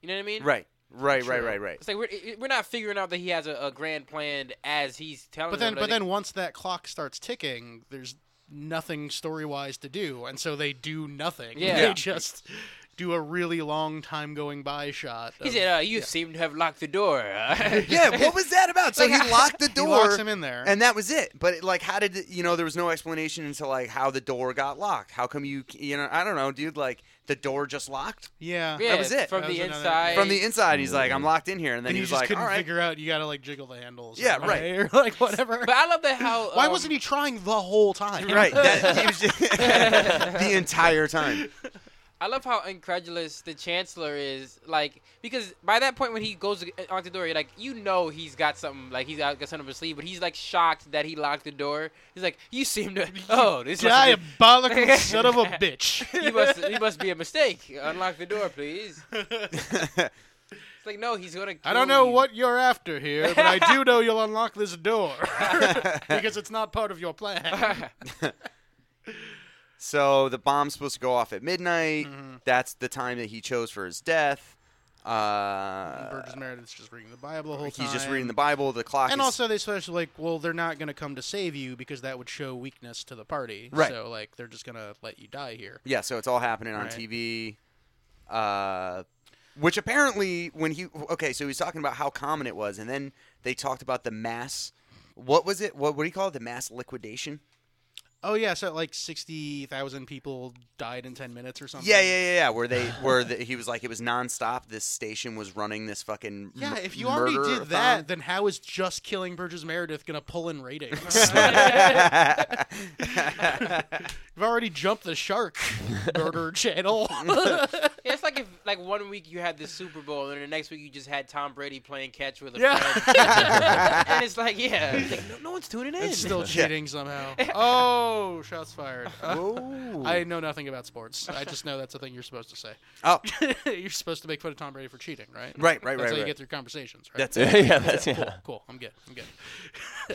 Speaker 4: You know what I mean?
Speaker 3: right, right, right,
Speaker 1: True.
Speaker 3: right, right.
Speaker 4: It's like we're it- we're not figuring out that he has a, a grand plan as he's telling.
Speaker 1: But then,
Speaker 4: them,
Speaker 1: but
Speaker 4: like-
Speaker 1: then once that clock starts ticking, there's nothing story wise to do, and so they do nothing.
Speaker 4: Yeah.
Speaker 1: they just do a really long time going by shot.
Speaker 4: he
Speaker 1: of-
Speaker 4: said, uh, "You seem to have locked the door."
Speaker 3: Yeah, what was that about? So
Speaker 4: Like,
Speaker 3: he locked the
Speaker 1: he
Speaker 3: door.
Speaker 1: locks him in there,
Speaker 3: and that was it. But it, like, how did it, you know? There was no explanation into like how the door got locked. How come you you know? I don't know, dude. Like the door just locked
Speaker 1: yeah,
Speaker 4: yeah,
Speaker 3: That was it.
Speaker 4: from
Speaker 1: That
Speaker 4: the
Speaker 1: was another-
Speaker 4: inside.
Speaker 3: from the inside. He's like, I'm locked in here, and then
Speaker 1: and you
Speaker 3: he's
Speaker 1: just
Speaker 3: like,
Speaker 1: couldn't
Speaker 3: all right,
Speaker 1: figure out. You got to like jiggle the handles.
Speaker 3: Yeah,
Speaker 1: some
Speaker 3: right.
Speaker 1: way, or like whatever.
Speaker 4: But I love that how
Speaker 1: Why
Speaker 4: um,
Speaker 1: wasn't he trying the whole time?
Speaker 3: right. That, he was just- the entire time.
Speaker 4: I love how incredulous the chancellor is, like because by that point when he goes on the door, you're like you know he's got something, like he's got got something up his sleeve, but he's like shocked that he locked the door. He's like, you seem to, oh, this must have
Speaker 1: Diabolical son of a bitch.
Speaker 4: been- you must, you must be a mistake. Unlock the door, please. It's like no, he's gonna.
Speaker 1: I
Speaker 4: kill
Speaker 1: don't know
Speaker 4: you.
Speaker 1: what you're after here, but I do know you'll unlock this door because it's not part of your plan.
Speaker 3: So the bomb's supposed to go off at midnight.
Speaker 1: Mm-hmm.
Speaker 3: That's the time that he chose for his death. Uh,
Speaker 1: Burgess Meredith's just reading the Bible the whole time.
Speaker 3: he's just reading the Bible. The clock.
Speaker 1: And
Speaker 3: is,
Speaker 1: also, they sort of like, well, they're not going to come to save you because that would show weakness to the party.
Speaker 3: Right.
Speaker 1: So, like, they're just going to let you die here.
Speaker 3: Yeah, so it's all happening on
Speaker 1: Right.
Speaker 3: TV. Uh, which apparently, when he okay, so he was talking about how common it was, and then they talked about the mass. What was it? What what do you call it? The mass liquidation?
Speaker 1: Oh, yeah. So, like, 60,000 people died in 10 minutes or something.
Speaker 3: Yeah, yeah, yeah, yeah. Where they where the, he was like it was nonstop. This station was running this fucking
Speaker 1: Yeah,
Speaker 3: m-
Speaker 1: if you already
Speaker 3: murder-a-thon.
Speaker 1: did that, then how is just killing Burgess Meredith going to pull in ratings? You've already jumped the shark, murder channel.
Speaker 4: Yeah, It's like if like one week you had the Super Bowl and the next week you just had Tom Brady playing catch with a
Speaker 1: Yeah.
Speaker 4: friend, and it's like yeah, it's like, no, no one's tuning in.
Speaker 1: it's still cheating somehow. Oh, shots fired. Uh,
Speaker 3: Whoa.
Speaker 1: I know nothing about sports. I just know that's a thing you're supposed to say.
Speaker 3: oh,
Speaker 1: you're supposed to make fun of Tom Brady for cheating, right?
Speaker 3: right,
Speaker 1: That's
Speaker 3: right,
Speaker 1: how
Speaker 3: right,
Speaker 1: you
Speaker 3: right.
Speaker 1: get through conversations, right?
Speaker 3: That's uh. it.
Speaker 5: yeah, that's yeah.
Speaker 1: cool. I'm good. I'm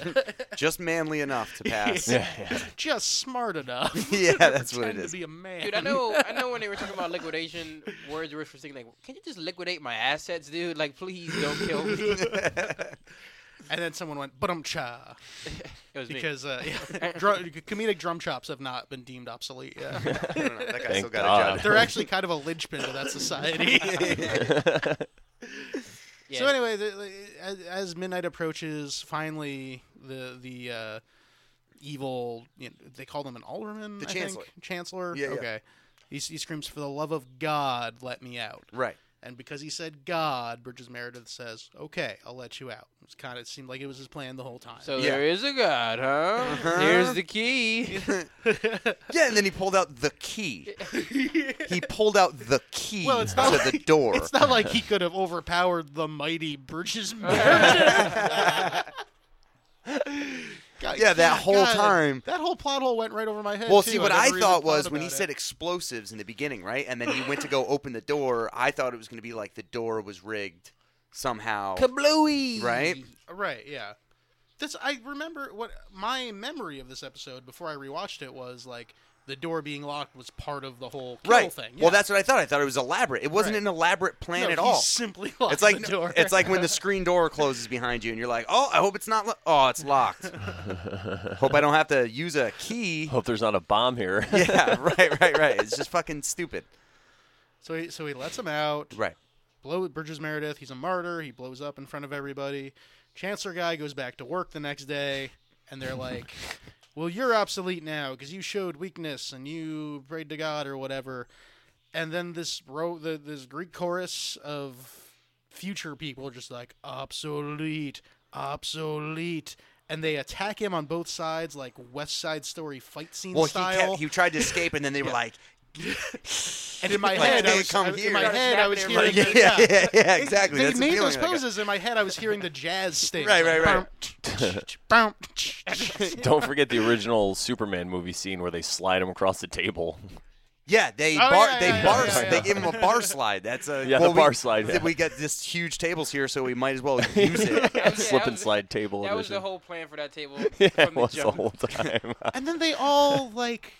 Speaker 1: good.
Speaker 3: just manly enough to pass. yeah.
Speaker 5: yeah, yeah.
Speaker 1: Just smart enough.
Speaker 3: that's what it
Speaker 1: Pretend to
Speaker 3: is.
Speaker 1: be a man.
Speaker 4: Dude, I know, I know. When they were talking about liquidation, words were for thinking like, "Can you just liquidate my assets, dude? Like, please don't kill me." it
Speaker 1: And then someone went, "But I'm cha,"
Speaker 4: was me.
Speaker 1: because uh, yeah, drum, comedic drum chops have not been deemed obsolete. Yeah.
Speaker 3: I don't know, that guy
Speaker 5: Thank
Speaker 3: still got a
Speaker 5: God.
Speaker 3: job.
Speaker 1: They're actually kind of a linchpin to that society.
Speaker 4: Yeah.
Speaker 1: So anyway, the, the- as, as midnight approaches, finally the the uh, evil you know, they call them an alderman,
Speaker 3: The
Speaker 1: I
Speaker 3: chancellor.
Speaker 1: think? chancellor.
Speaker 3: Yeah, yeah.
Speaker 1: okay. He, s- he screams, "For the love of God, let me out!"
Speaker 3: Right.
Speaker 1: And because he said God, Bridges Meredith says, "Okay, I'll let you out." It's kind of it seemed like it was his plan the whole time.
Speaker 4: So
Speaker 3: Yeah.
Speaker 4: there is a god, huh? Here's the key.
Speaker 3: Yeah, and then he pulled out the key. he pulled out the key
Speaker 1: Well, it's
Speaker 3: to
Speaker 1: not
Speaker 3: the door.
Speaker 1: it's not like he could have overpowered the mighty Bridges Meredith. God,
Speaker 3: Yeah, that whole time-
Speaker 1: That whole plot hole went right over my head.
Speaker 3: well,
Speaker 1: too.
Speaker 3: see, what
Speaker 1: never
Speaker 3: I
Speaker 1: even
Speaker 3: thought was when he
Speaker 1: about it.
Speaker 3: said explosives in the beginning, right? And then he went to go open the door. I thought it was going to be like the door was rigged somehow.
Speaker 4: Kablooey.
Speaker 3: Right?
Speaker 1: Right, yeah. This I remember what my memory of this episode before I rewatched it was like the door being locked was part of the whole kill
Speaker 3: Right.
Speaker 1: thing.
Speaker 3: Well,
Speaker 1: yeah.
Speaker 3: that's what I thought. I thought it was elaborate. It wasn't
Speaker 1: Right.
Speaker 3: an elaborate plan
Speaker 1: No,
Speaker 3: at
Speaker 1: he
Speaker 3: all.
Speaker 1: Simply locked
Speaker 3: It's like
Speaker 1: the door.
Speaker 3: it's like when the screen door closes behind you, and you're like, "Oh, I hope it's not. Lo- oh, it's locked. hope I don't have to use a key."
Speaker 5: Hope there's not a bomb here.
Speaker 3: yeah, right, right, right. It's just fucking stupid.
Speaker 1: so he so he lets him out.
Speaker 3: Right.
Speaker 1: Blow Bridges Meredith. He's a martyr. He blows up in front of everybody. Chancellor guy goes back to work the next day, and they're like, "Well, you're obsolete now because you showed weakness and you prayed to God or whatever." And then this ro- the, this Greek chorus of future people are just like obsolete, obsolete, and they attack him on both sides, like West Side Story fight scene
Speaker 3: Well, he,
Speaker 1: style.
Speaker 3: kept, he tried to escape, and then they were like,
Speaker 1: and in my
Speaker 3: like,
Speaker 1: head, I
Speaker 3: "Hey,
Speaker 1: was,
Speaker 3: come
Speaker 1: I was-
Speaker 3: here."
Speaker 1: in my head, I was
Speaker 4: Snap
Speaker 1: hearing,
Speaker 3: yeah,
Speaker 1: the-
Speaker 3: yeah, yeah, exactly.
Speaker 1: They
Speaker 3: That's the
Speaker 1: made
Speaker 3: feeling
Speaker 1: those
Speaker 3: I got.
Speaker 1: poses in my head. I was hearing the jazz sting.
Speaker 3: Right, right, right.
Speaker 1: right.
Speaker 5: Don't forget the original Superman movie scene where they slide him across the table.
Speaker 4: Oh,
Speaker 3: Yeah, they
Speaker 1: Oh,
Speaker 3: bar,
Speaker 1: yeah,
Speaker 3: they
Speaker 1: yeah,
Speaker 3: bar,
Speaker 1: yeah, yeah,
Speaker 3: they
Speaker 1: yeah.
Speaker 3: give him a bar slide. That's a
Speaker 5: Yeah, the
Speaker 3: well, we-
Speaker 5: bar slide, yeah.
Speaker 3: We got this huge tables here, so we might as well use it.
Speaker 5: Slip and
Speaker 4: was-
Speaker 5: slide table
Speaker 4: That was
Speaker 5: edition.
Speaker 4: the whole plan for that table
Speaker 5: yeah, it
Speaker 4: from the
Speaker 5: was the
Speaker 4: jump.
Speaker 5: whole time.
Speaker 1: And then they all like.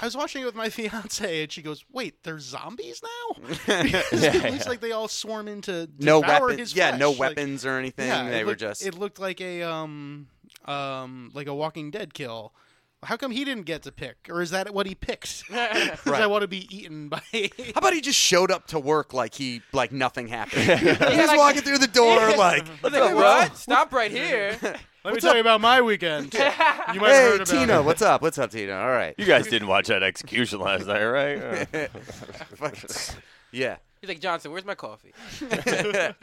Speaker 1: I was watching it with my fiance, and she goes, "Wait, they're zombies now?" Because it
Speaker 5: Yeah,
Speaker 1: looks
Speaker 5: yeah.
Speaker 1: like they all swarm in to
Speaker 3: No
Speaker 1: devour
Speaker 3: weapons.
Speaker 1: his
Speaker 3: Yeah,
Speaker 1: flesh.
Speaker 3: no
Speaker 1: Like,
Speaker 3: weapons or anything.
Speaker 1: yeah, it
Speaker 3: they were
Speaker 1: looked-
Speaker 3: just.
Speaker 1: It looked like a um um like a Walking Dead kill. How come he didn't get to pick, or is that what he picked? 'Cause
Speaker 3: Right.
Speaker 1: I want to be eaten by.
Speaker 3: How about he just showed up to work like he like nothing happened? He's
Speaker 4: like-
Speaker 3: walking through the door like,
Speaker 4: Like, what? Stop right here.
Speaker 1: Let me tell you about my weekend. You might have
Speaker 3: "Hey,
Speaker 1: heard about
Speaker 3: Tina,
Speaker 1: it.
Speaker 3: what's up? What's up, Tina? All right."
Speaker 5: You guys didn't watch that execution last night, right? Uh,
Speaker 3: Fuck. yeah.
Speaker 4: He's like, Johnson, where's my coffee?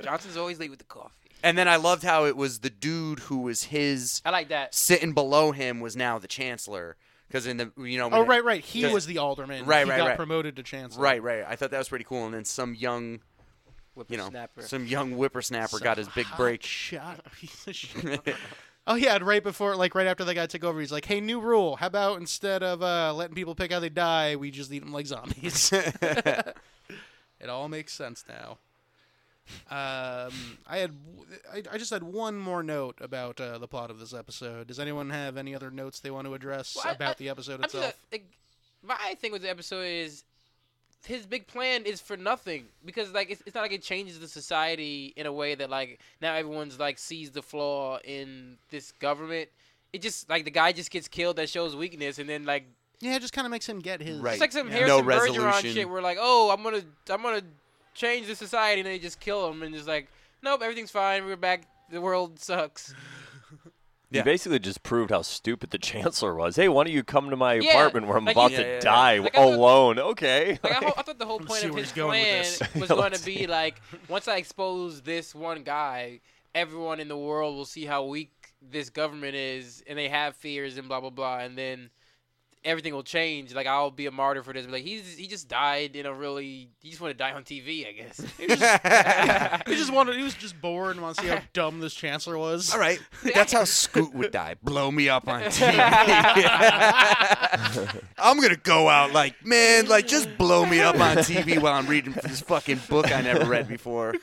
Speaker 4: Johnson's always late with the coffee.
Speaker 3: And then I loved how it was the dude who was his
Speaker 4: I like that.
Speaker 3: sitting below him was now the chancellor because in the you know
Speaker 1: Oh
Speaker 3: when-
Speaker 1: right, right. He
Speaker 3: Does-
Speaker 1: was the alderman.
Speaker 3: Right,
Speaker 1: he
Speaker 3: right,
Speaker 1: got
Speaker 3: right.
Speaker 1: promoted to chancellor.
Speaker 3: Right, right. I thought that was pretty cool. And then some young, you know,
Speaker 4: Whippersnapper.
Speaker 3: some young whippersnapper
Speaker 1: Some
Speaker 3: got his big
Speaker 1: hot
Speaker 3: break.
Speaker 1: Shot piece of shit. oh yeah, and right before, like right after that guy took over, he's like, "Hey, new rule. How about instead of uh, letting people pick how they die, we just eat them like zombies." it all makes sense now. Um, I had, I, I just had one more note about uh, the plot of this episode. Does anyone have any other notes they want to address
Speaker 4: Well, I-
Speaker 1: about
Speaker 4: I-
Speaker 1: the episode
Speaker 4: I'm just,
Speaker 1: itself?
Speaker 4: like, my thing with the episode is his big plan is for nothing because like it's, it's not like it changes the society in a way that like now everyone's like sees the flaw in this government. It just like the guy just gets killed that shows weakness, and then like
Speaker 1: yeah, it just kind of makes him get his
Speaker 3: Right.
Speaker 4: it's like some
Speaker 1: Yeah.
Speaker 4: Harrison
Speaker 3: No
Speaker 4: Bergeron
Speaker 3: resolution.
Speaker 4: shit. We're like, oh, I'm gonna I'm gonna change the society, and they just kill him, and it's like, nope, everything's fine. We're back. The world sucks.
Speaker 5: You
Speaker 3: Yeah.
Speaker 5: basically just proved how stupid the chancellor was. Hey, why don't you come to my
Speaker 4: Yeah,
Speaker 5: apartment where I'm
Speaker 4: like,
Speaker 5: about
Speaker 4: you-
Speaker 5: to
Speaker 3: Yeah, yeah,
Speaker 5: die
Speaker 4: Like, I thought-
Speaker 5: alone? okay.
Speaker 4: Like, I, ho- I thought the whole point
Speaker 1: see
Speaker 4: of
Speaker 1: where
Speaker 4: his
Speaker 1: he's going
Speaker 4: plan
Speaker 1: with
Speaker 4: was
Speaker 5: Yeah,
Speaker 4: going
Speaker 5: let's
Speaker 4: to be like, once I expose this one guy, everyone in the world will see how weak this government is, and they have fears and blah blah blah, and then everything will change. Like I'll be a martyr for this. But like he's he just died in a really he just wanted to die on TV, I guess.
Speaker 1: He was just, he just wanted. He was just bored and wanted to see how dumb this chancellor was.
Speaker 3: All right, that's how Scoot would die. Blow me up on TV. I'm gonna go out like, man, like just blow me up on TV while I'm reading this fucking book I never read before.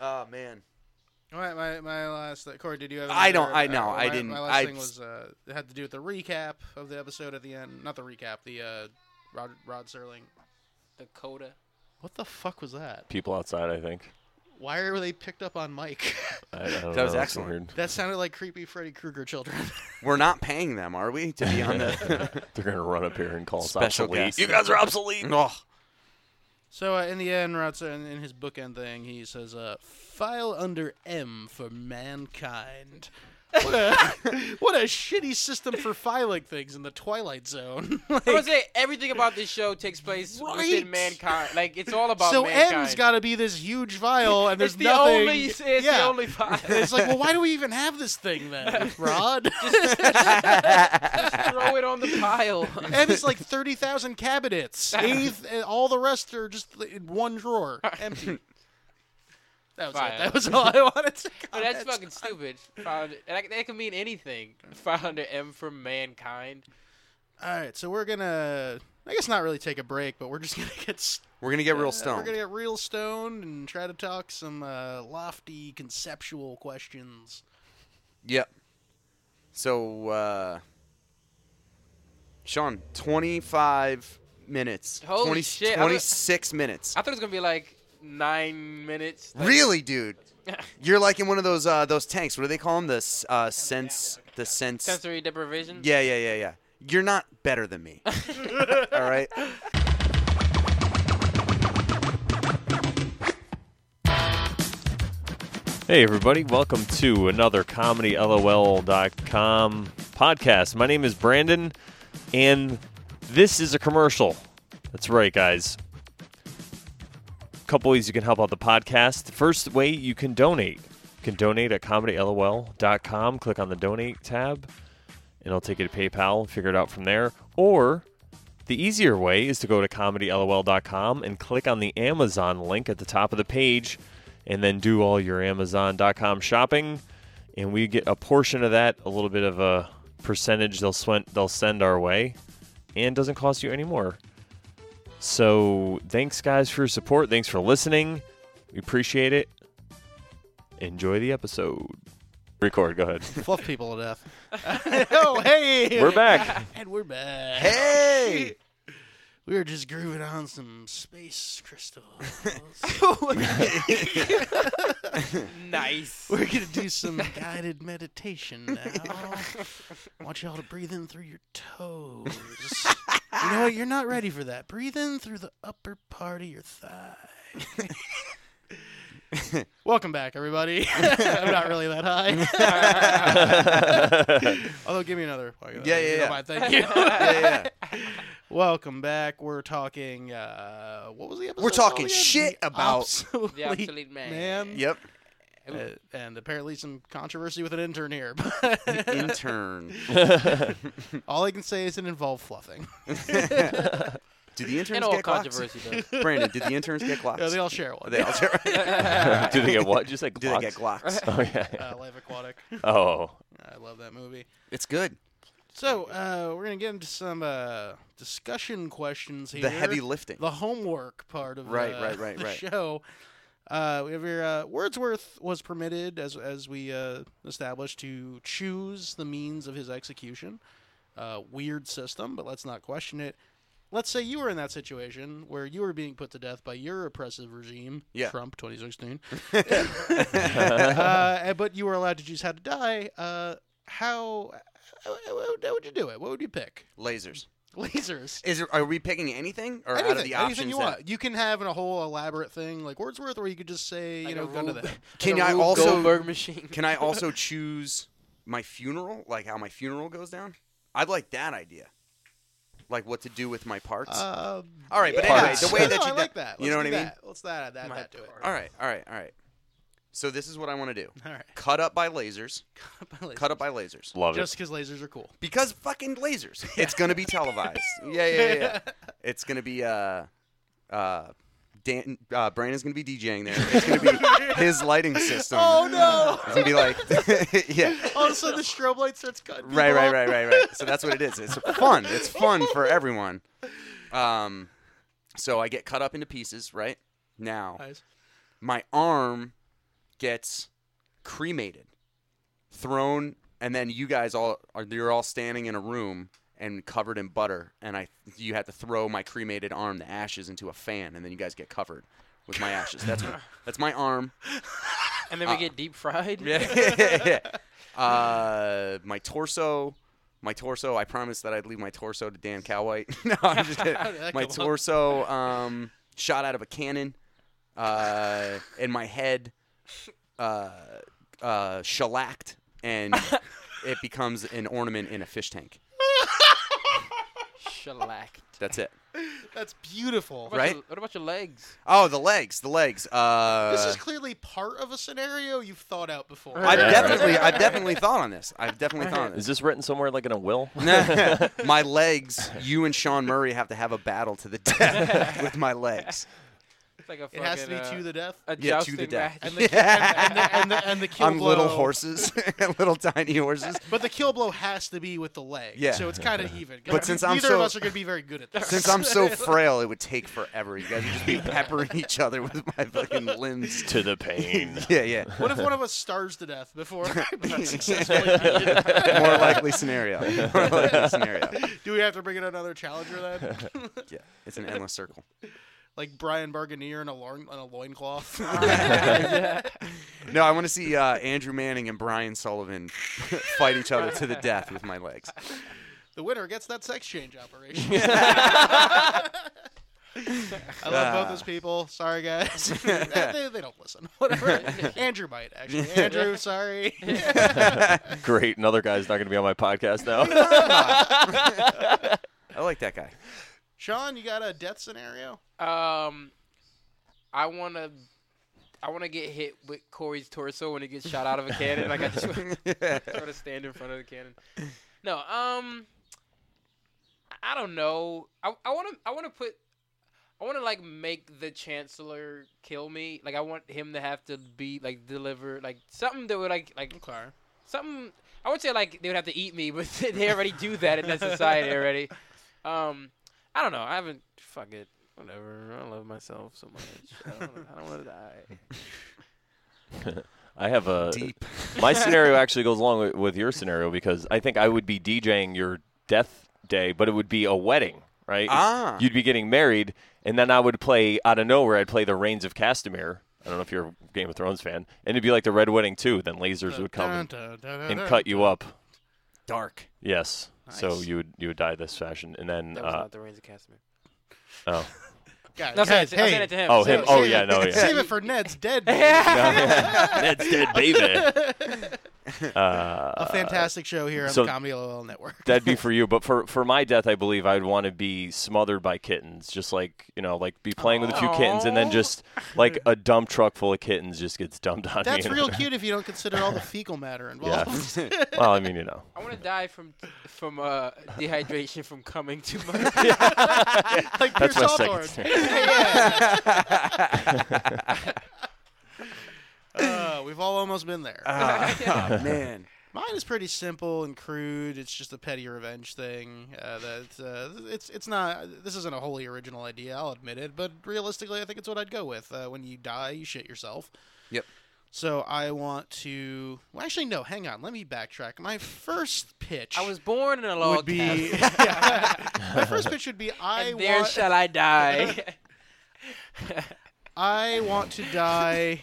Speaker 3: oh man.
Speaker 1: All right, my my last Corey, did you have?
Speaker 3: I don't-
Speaker 1: another-
Speaker 3: I know,
Speaker 1: uh,
Speaker 3: I
Speaker 1: my-
Speaker 3: didn't-
Speaker 1: My last
Speaker 3: I-
Speaker 1: thing was uh, it had to do with the recap of the episode at the end. Not the recap. The uh, Rod Rod Serling.
Speaker 4: Dakota.
Speaker 1: What the fuck was that?
Speaker 5: People outside, I think.
Speaker 1: Why are they picked up on Mike?
Speaker 5: I, I don't know.
Speaker 3: was
Speaker 5: that's
Speaker 3: excellent.
Speaker 5: weird.
Speaker 1: that sounded like creepy Freddy Krueger children.
Speaker 3: We're not paying them, are we? To be on the
Speaker 5: They're gonna run up here and call us
Speaker 3: Special
Speaker 5: obsolete.
Speaker 3: guest.
Speaker 5: You guys are obsolete.
Speaker 3: oh,
Speaker 1: so uh, in the end, Rod Serling, in his bookend thing, he says, uh, "File under M for mankind." What a what a shitty system for filing things in the Twilight Zone. Like-
Speaker 4: I would say everything about this show takes place
Speaker 1: Right.
Speaker 4: within mankind. Like it's all about
Speaker 1: so
Speaker 4: mankind.
Speaker 1: M's got to be this huge vial, and there's
Speaker 4: it's the
Speaker 1: nothing.
Speaker 4: only it's the
Speaker 1: yeah.
Speaker 4: only five.
Speaker 1: it's like, well, why do we even have this thing then, Rod?
Speaker 4: throw it on the pile.
Speaker 1: M is like thirty thousand cabinets. Eighth, and all the rest are just in one drawer, empty. That was
Speaker 4: Fine.
Speaker 1: it. That was all I wanted to.
Speaker 4: But that's
Speaker 1: comment.
Speaker 4: fucking stupid. Found, and I, that could mean anything. Founder M for mankind.
Speaker 1: All right, so we're gonna. I guess not really take a break, but we're just gonna get s-
Speaker 3: we're gonna get real
Speaker 1: we're
Speaker 3: stoned.
Speaker 1: gonna get real stoned and try to talk some uh, lofty conceptual questions.
Speaker 3: Yep. So, uh, Sean, 25 minutes.
Speaker 4: Holy shit, I'm gonna-
Speaker 3: 26 minutes.
Speaker 4: I thought it was gonna be like nine minutes. Like,
Speaker 3: really, dude? You're like in one of those uh, those tanks. What do they call them? The s- uh, sense. The sense.
Speaker 4: sensory deprivation.
Speaker 3: Yeah, yeah, yeah, yeah. You're not better than me. All right?
Speaker 5: Hey, everybody, welcome to another ComedyLOL.com podcast. My name is Brandon, and this is a commercial. That's right, guys. A couple ways you can help out the podcast. The first way you can donate can donate at comedylol.com. Click on the donate tab, and it'll take you to PayPal. Figure it out from there. Or the easier way is to go to comedylol.com and click on the Amazon link at the top of the page, and then do all your Amazon.com shopping. And we get a portion of that, a little bit of a percentage they'll swen- they'll send our way, and doesn't cost you any more. So thanks, guys, for your support. Thanks for listening. We appreciate it. Enjoy the episode. Record. Go ahead.
Speaker 1: Fluff people to death. oh, hey!
Speaker 5: We're back.
Speaker 1: And we're back.
Speaker 3: Hey!
Speaker 1: We were just grooving on some space crystals.
Speaker 4: nice.
Speaker 1: we're going to do some guided meditation now. I want y'all to breathe in through your toes. you know what? You're not ready for that. Breathe in through the upper part of your thigh. Welcome back, everybody. I'm not really that high. Although, give me another.
Speaker 3: Yeah, yeah,
Speaker 1: You
Speaker 3: yeah.
Speaker 1: know mine, Thank you.
Speaker 3: Yeah, yeah.
Speaker 1: Welcome back. We're talking. Uh, what was the episode?
Speaker 3: talking
Speaker 1: called again?
Speaker 3: shit
Speaker 1: The
Speaker 3: about-
Speaker 1: Obsolete
Speaker 4: The Obsolete Man.
Speaker 3: Yep.
Speaker 1: Uh, and apparently some controversy with an intern here. But
Speaker 3: Intern.
Speaker 1: all I can say is it involved fluffing.
Speaker 3: Do the interns
Speaker 4: And all
Speaker 3: get clocks?
Speaker 4: controversy does.
Speaker 3: Brandon, did the interns get clocks?
Speaker 1: Yeah, they all share one.
Speaker 3: They all do
Speaker 5: Do they get what? Just like
Speaker 3: they get clocks?
Speaker 5: Oh yeah.
Speaker 1: uh, Life Aquatic.
Speaker 5: Oh,
Speaker 1: I love that movie.
Speaker 3: It's good.
Speaker 1: So uh, we're gonna get into some uh, discussion questions here.
Speaker 3: The heavy lifting.
Speaker 1: the homework part of
Speaker 3: Right,
Speaker 1: uh,
Speaker 3: right, right,
Speaker 1: the
Speaker 3: right.
Speaker 1: show. Uh, we have here, uh, Wordsworth was permitted, as as we uh, established, to choose the means of his execution. Uh, weird system, but let's not question it. Let's say you were in that situation where you were being put to death by your oppressive regime,
Speaker 3: Yeah.
Speaker 1: Trump 2016, uh, and- but you were allowed to choose how to die. Uh, how, how, how would you do it? What would you pick?
Speaker 3: Lasers.
Speaker 1: Lasers.
Speaker 3: Is there, are we picking anything or out of
Speaker 1: Anything,
Speaker 3: the options?
Speaker 1: anything you
Speaker 3: that-
Speaker 1: want. You can have in a whole elaborate thing like Wordsworth, or you could just say, you
Speaker 4: Like
Speaker 1: know,
Speaker 4: a
Speaker 1: gun to
Speaker 4: Rube-
Speaker 1: that.
Speaker 3: Can
Speaker 4: Like a
Speaker 3: I
Speaker 4: Rube
Speaker 3: also-
Speaker 4: Goldberg machine?
Speaker 3: Can I also choose my funeral, like how my funeral goes down? I'd like that idea, like what to do with my parts.
Speaker 1: Um,
Speaker 3: all right, but
Speaker 5: yeah.
Speaker 3: anyway, the way
Speaker 1: no,
Speaker 3: that
Speaker 1: no,
Speaker 3: you
Speaker 1: I
Speaker 3: do-
Speaker 1: like that.
Speaker 3: you know
Speaker 1: Let's
Speaker 3: what
Speaker 1: do
Speaker 3: I mean?
Speaker 1: that. Let's that add that,
Speaker 4: My
Speaker 1: that to it.
Speaker 4: part.
Speaker 3: All right, all right, all right. So this is what I want to do:
Speaker 1: All right,
Speaker 3: cut up by lasers,
Speaker 1: lasers.
Speaker 3: cut up by lasers,
Speaker 5: love
Speaker 1: Just because lasers are cool.
Speaker 3: because fucking lasers. It's gonna be televised. Yeah, yeah, yeah. It's gonna be uh, uh. Dan, uh, Brandon's gonna be DJing there. It's gonna be his lighting system. Oh no! It's gonna be like, yeah.
Speaker 1: All of a sudden, the strobe light starts cutting.
Speaker 3: right,
Speaker 1: people
Speaker 3: right,
Speaker 1: off.
Speaker 3: right, right, right. So that's what it is. It's fun. It's fun for everyone. Um, so I get cut up into pieces. Right now,
Speaker 1: Nice.
Speaker 3: my arm gets cremated, thrown, and then you guys all are you're all standing in a room and covered in butter, and I you have to throw my cremated arm, the ashes, into a fan, and then you guys get covered with my ashes. That's that's my arm.
Speaker 4: And then we get deep fried.
Speaker 3: Yeah. uh, my torso. My torso. I promised that I'd leave my torso to Dan Cowhite. no, I'm just kidding.
Speaker 1: How did that
Speaker 3: my
Speaker 1: come up?
Speaker 3: torso um, shot out of a cannon, uh, and my head uh, uh, shellacked, and it becomes an ornament in a fish tank.
Speaker 4: Shellacked.
Speaker 3: That's it.
Speaker 1: That's beautiful.
Speaker 4: What about
Speaker 3: Right?
Speaker 4: your- what about your legs?
Speaker 3: Oh, the legs. The legs. Uh,
Speaker 1: This is clearly part of a scenario you've thought out before.
Speaker 3: I've
Speaker 5: Yeah.
Speaker 3: definitely, I've definitely thought on this. I've definitely thought on
Speaker 5: it.
Speaker 3: this.
Speaker 5: Is this written somewhere like in a will?
Speaker 3: Nah, my legs. You and Sean Murray have to have a battle to the death with my legs.
Speaker 4: It's like a
Speaker 1: It has to be
Speaker 4: fucking, uh,
Speaker 1: to the death.
Speaker 4: A
Speaker 3: Yeah, to
Speaker 4: jousting
Speaker 3: the death.
Speaker 4: match.
Speaker 1: And the, and the, and the kill
Speaker 3: on
Speaker 1: blow.
Speaker 3: little horses, little tiny horses.
Speaker 1: But the kill blow has to be with the leg.
Speaker 3: Yeah.
Speaker 1: So it's kind of even.
Speaker 3: But since I'm
Speaker 1: neither
Speaker 3: so-
Speaker 1: of us are going to be very good at this.
Speaker 3: Since I'm so frail, it would take forever. You guys would just be peppering each other with my fucking limbs.
Speaker 5: to the pain.
Speaker 3: Yeah, yeah.
Speaker 1: What if one of us starves to death before being successfully defeated?
Speaker 3: More likely scenario. More likely scenario.
Speaker 1: Do we have to bring in another challenger then?
Speaker 3: Yeah, it's an endless circle.
Speaker 1: like Brian Barganier in a loin, on a loincloth?
Speaker 3: No, I want to see uh, Andrew Manning and Brian Sullivan fight each other to the death with my legs.
Speaker 1: the winner gets that sex change operation. I love both
Speaker 3: Ah.
Speaker 1: those people. Sorry, guys. they, they don't listen. Whatever. Andrew might, actually. Andrew, sorry.
Speaker 5: Great. Another guy's not going to be on my podcast now.
Speaker 3: I like that guy.
Speaker 1: Sean, you got a death scenario?
Speaker 4: Um, I want to. I want to get hit with Corey's torso when he gets shot out of a cannon. Like I just want to stand in front of the cannon. No, um, I- I don't know. I I want to I want to put I want to like make the chancellor kill me. Like I want him to have to be like deliver like something that would like like
Speaker 1: Okay.
Speaker 4: something. I would say like they would have to eat me, but they already do that in that society already. Um, I don't know. I haven't. Fuck it. Whatever. I love myself so much. I don't, I don't want to die.
Speaker 5: I have a
Speaker 3: Deep.
Speaker 5: My scenario actually goes along with, with your scenario because I think I would be DJing your death day, but it would be a wedding, right?
Speaker 3: Ah.
Speaker 5: You'd be getting married, and then I would play out of nowhere. I'd play the Reigns of Castamere. I don't know if you're a Game of Thrones fan, and it'd be like the Red Wedding too. Then lasers would come and, and cut you up.
Speaker 3: Dark.
Speaker 5: Yes. So
Speaker 1: Nice.
Speaker 5: you would you would die this fashion, and then
Speaker 4: That was
Speaker 5: uh,
Speaker 4: not the reigns of Castamere.
Speaker 5: oh
Speaker 1: Guys,
Speaker 4: No, I'm saying
Speaker 1: guys,
Speaker 4: it to- I'm
Speaker 1: hey.
Speaker 4: saying it to him.
Speaker 5: oh
Speaker 4: So-
Speaker 5: him oh
Speaker 1: save
Speaker 5: yeah
Speaker 1: it.
Speaker 5: no yeah
Speaker 1: Save it for Ned's dead.
Speaker 5: that's dead baby. Uh,
Speaker 1: a fantastic show here on
Speaker 5: so-
Speaker 1: the Comedy LOL Network.
Speaker 5: That'd be for you, but for for my death, I believe I'd want to be smothered by kittens, just like you know, like be playing with a few kittens, and then just like a dump truck full of kittens just gets dumped on
Speaker 1: That's
Speaker 5: me.
Speaker 1: real cute if you don't consider all the fecal matter
Speaker 5: Yeah.
Speaker 1: involved.
Speaker 5: well, I mean, you know,
Speaker 4: I want to die from from uh, dehydration from coming too much.
Speaker 1: like
Speaker 5: that's
Speaker 1: pure
Speaker 5: my second.
Speaker 1: saltburn.
Speaker 5: scenario.
Speaker 1: Yeah. Uh, we've all almost been there.
Speaker 3: Ah, man.
Speaker 1: Mine is pretty simple and crude. It's just a petty revenge thing. Uh, that uh, it's it's not. This isn't a wholly original idea. I'll admit it, but realistically, I think it's what I'd go with. Uh, when you die, you shit yourself.
Speaker 3: Yep.
Speaker 1: So I want to. Well, actually, no. Hang on. Let me backtrack. My first pitch
Speaker 4: I was born in a log
Speaker 1: would be.
Speaker 4: cabin,
Speaker 1: my first pitch would be I
Speaker 4: and there
Speaker 1: want.
Speaker 4: shall I die.
Speaker 1: I want to die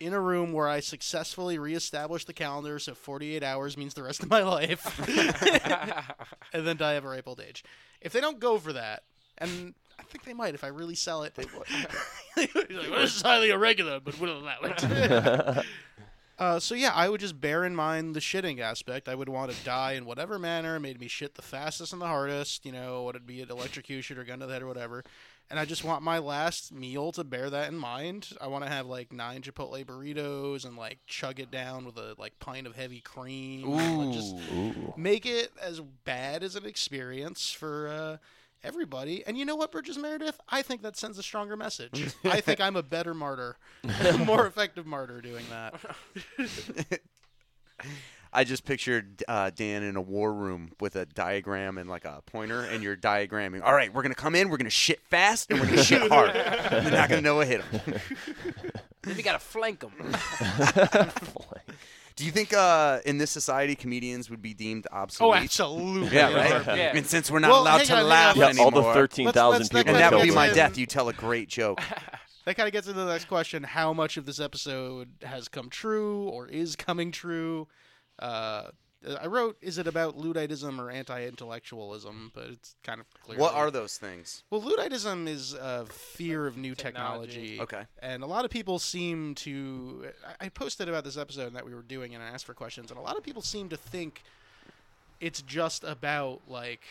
Speaker 1: in a room where I successfully reestablish the calendar, so 48 hours means the rest of my life, and then die of a ripe old age. If they don't go for that, and I think they might if I really sell it. He's like, well, this is highly irregular, but we'll allow it. uh, so yeah, I would just bear in mind the shitting aspect. I would want to die in whatever manner made me shit the fastest and the hardest. You know, would it be an electrocution or gun to the head or whatever? And I just want my last meal to bear that in mind. I want to have like nine Chipotle burritos and like chug it down with a like pint of heavy cream. Like, just make it as bad as an experience for uh, everybody. And you know what, Bridges Meredith? I think that sends a stronger message. I think I'm a better martyr, a more effective martyr doing that.
Speaker 3: I just pictured uh, Dan in a war room with a diagram and like a pointer, and you're diagramming. All right, we're gonna come in, we're gonna shit fast, and we're gonna shit hard. You're not gonna know what hit him.
Speaker 4: Then we gotta flank him.
Speaker 3: Do you think uh, in this society comedians would be deemed
Speaker 1: Oh,
Speaker 3: obsolete?
Speaker 1: absolutely.
Speaker 3: Yeah,
Speaker 1: in a
Speaker 3: right.
Speaker 1: heartbeat.
Speaker 4: Yeah.
Speaker 3: I mean, since we're not
Speaker 1: Well,
Speaker 3: allowed
Speaker 1: hang
Speaker 3: to
Speaker 1: on, hang
Speaker 3: laugh
Speaker 1: on,
Speaker 5: yeah, all
Speaker 3: anymore,
Speaker 5: the thirteen thousand
Speaker 1: Let's- let's
Speaker 5: people
Speaker 3: and
Speaker 1: not get
Speaker 3: that would be
Speaker 1: into
Speaker 3: my
Speaker 1: the-
Speaker 3: death. You tell a great joke.
Speaker 1: That kind of gets into the next question: How much of this episode has come true or is coming true? Uh, I wrote, "Is it about Ludditism or anti-intellectualism?" But it's kind of clear.
Speaker 3: What are those things?
Speaker 1: Well, Ludditism is a fear of new technology.
Speaker 3: Technology. Okay.
Speaker 1: And a lot of people seem to. I I posted about this episode that we were doing and I asked for questions, and a lot of people seem to think it's just about, like,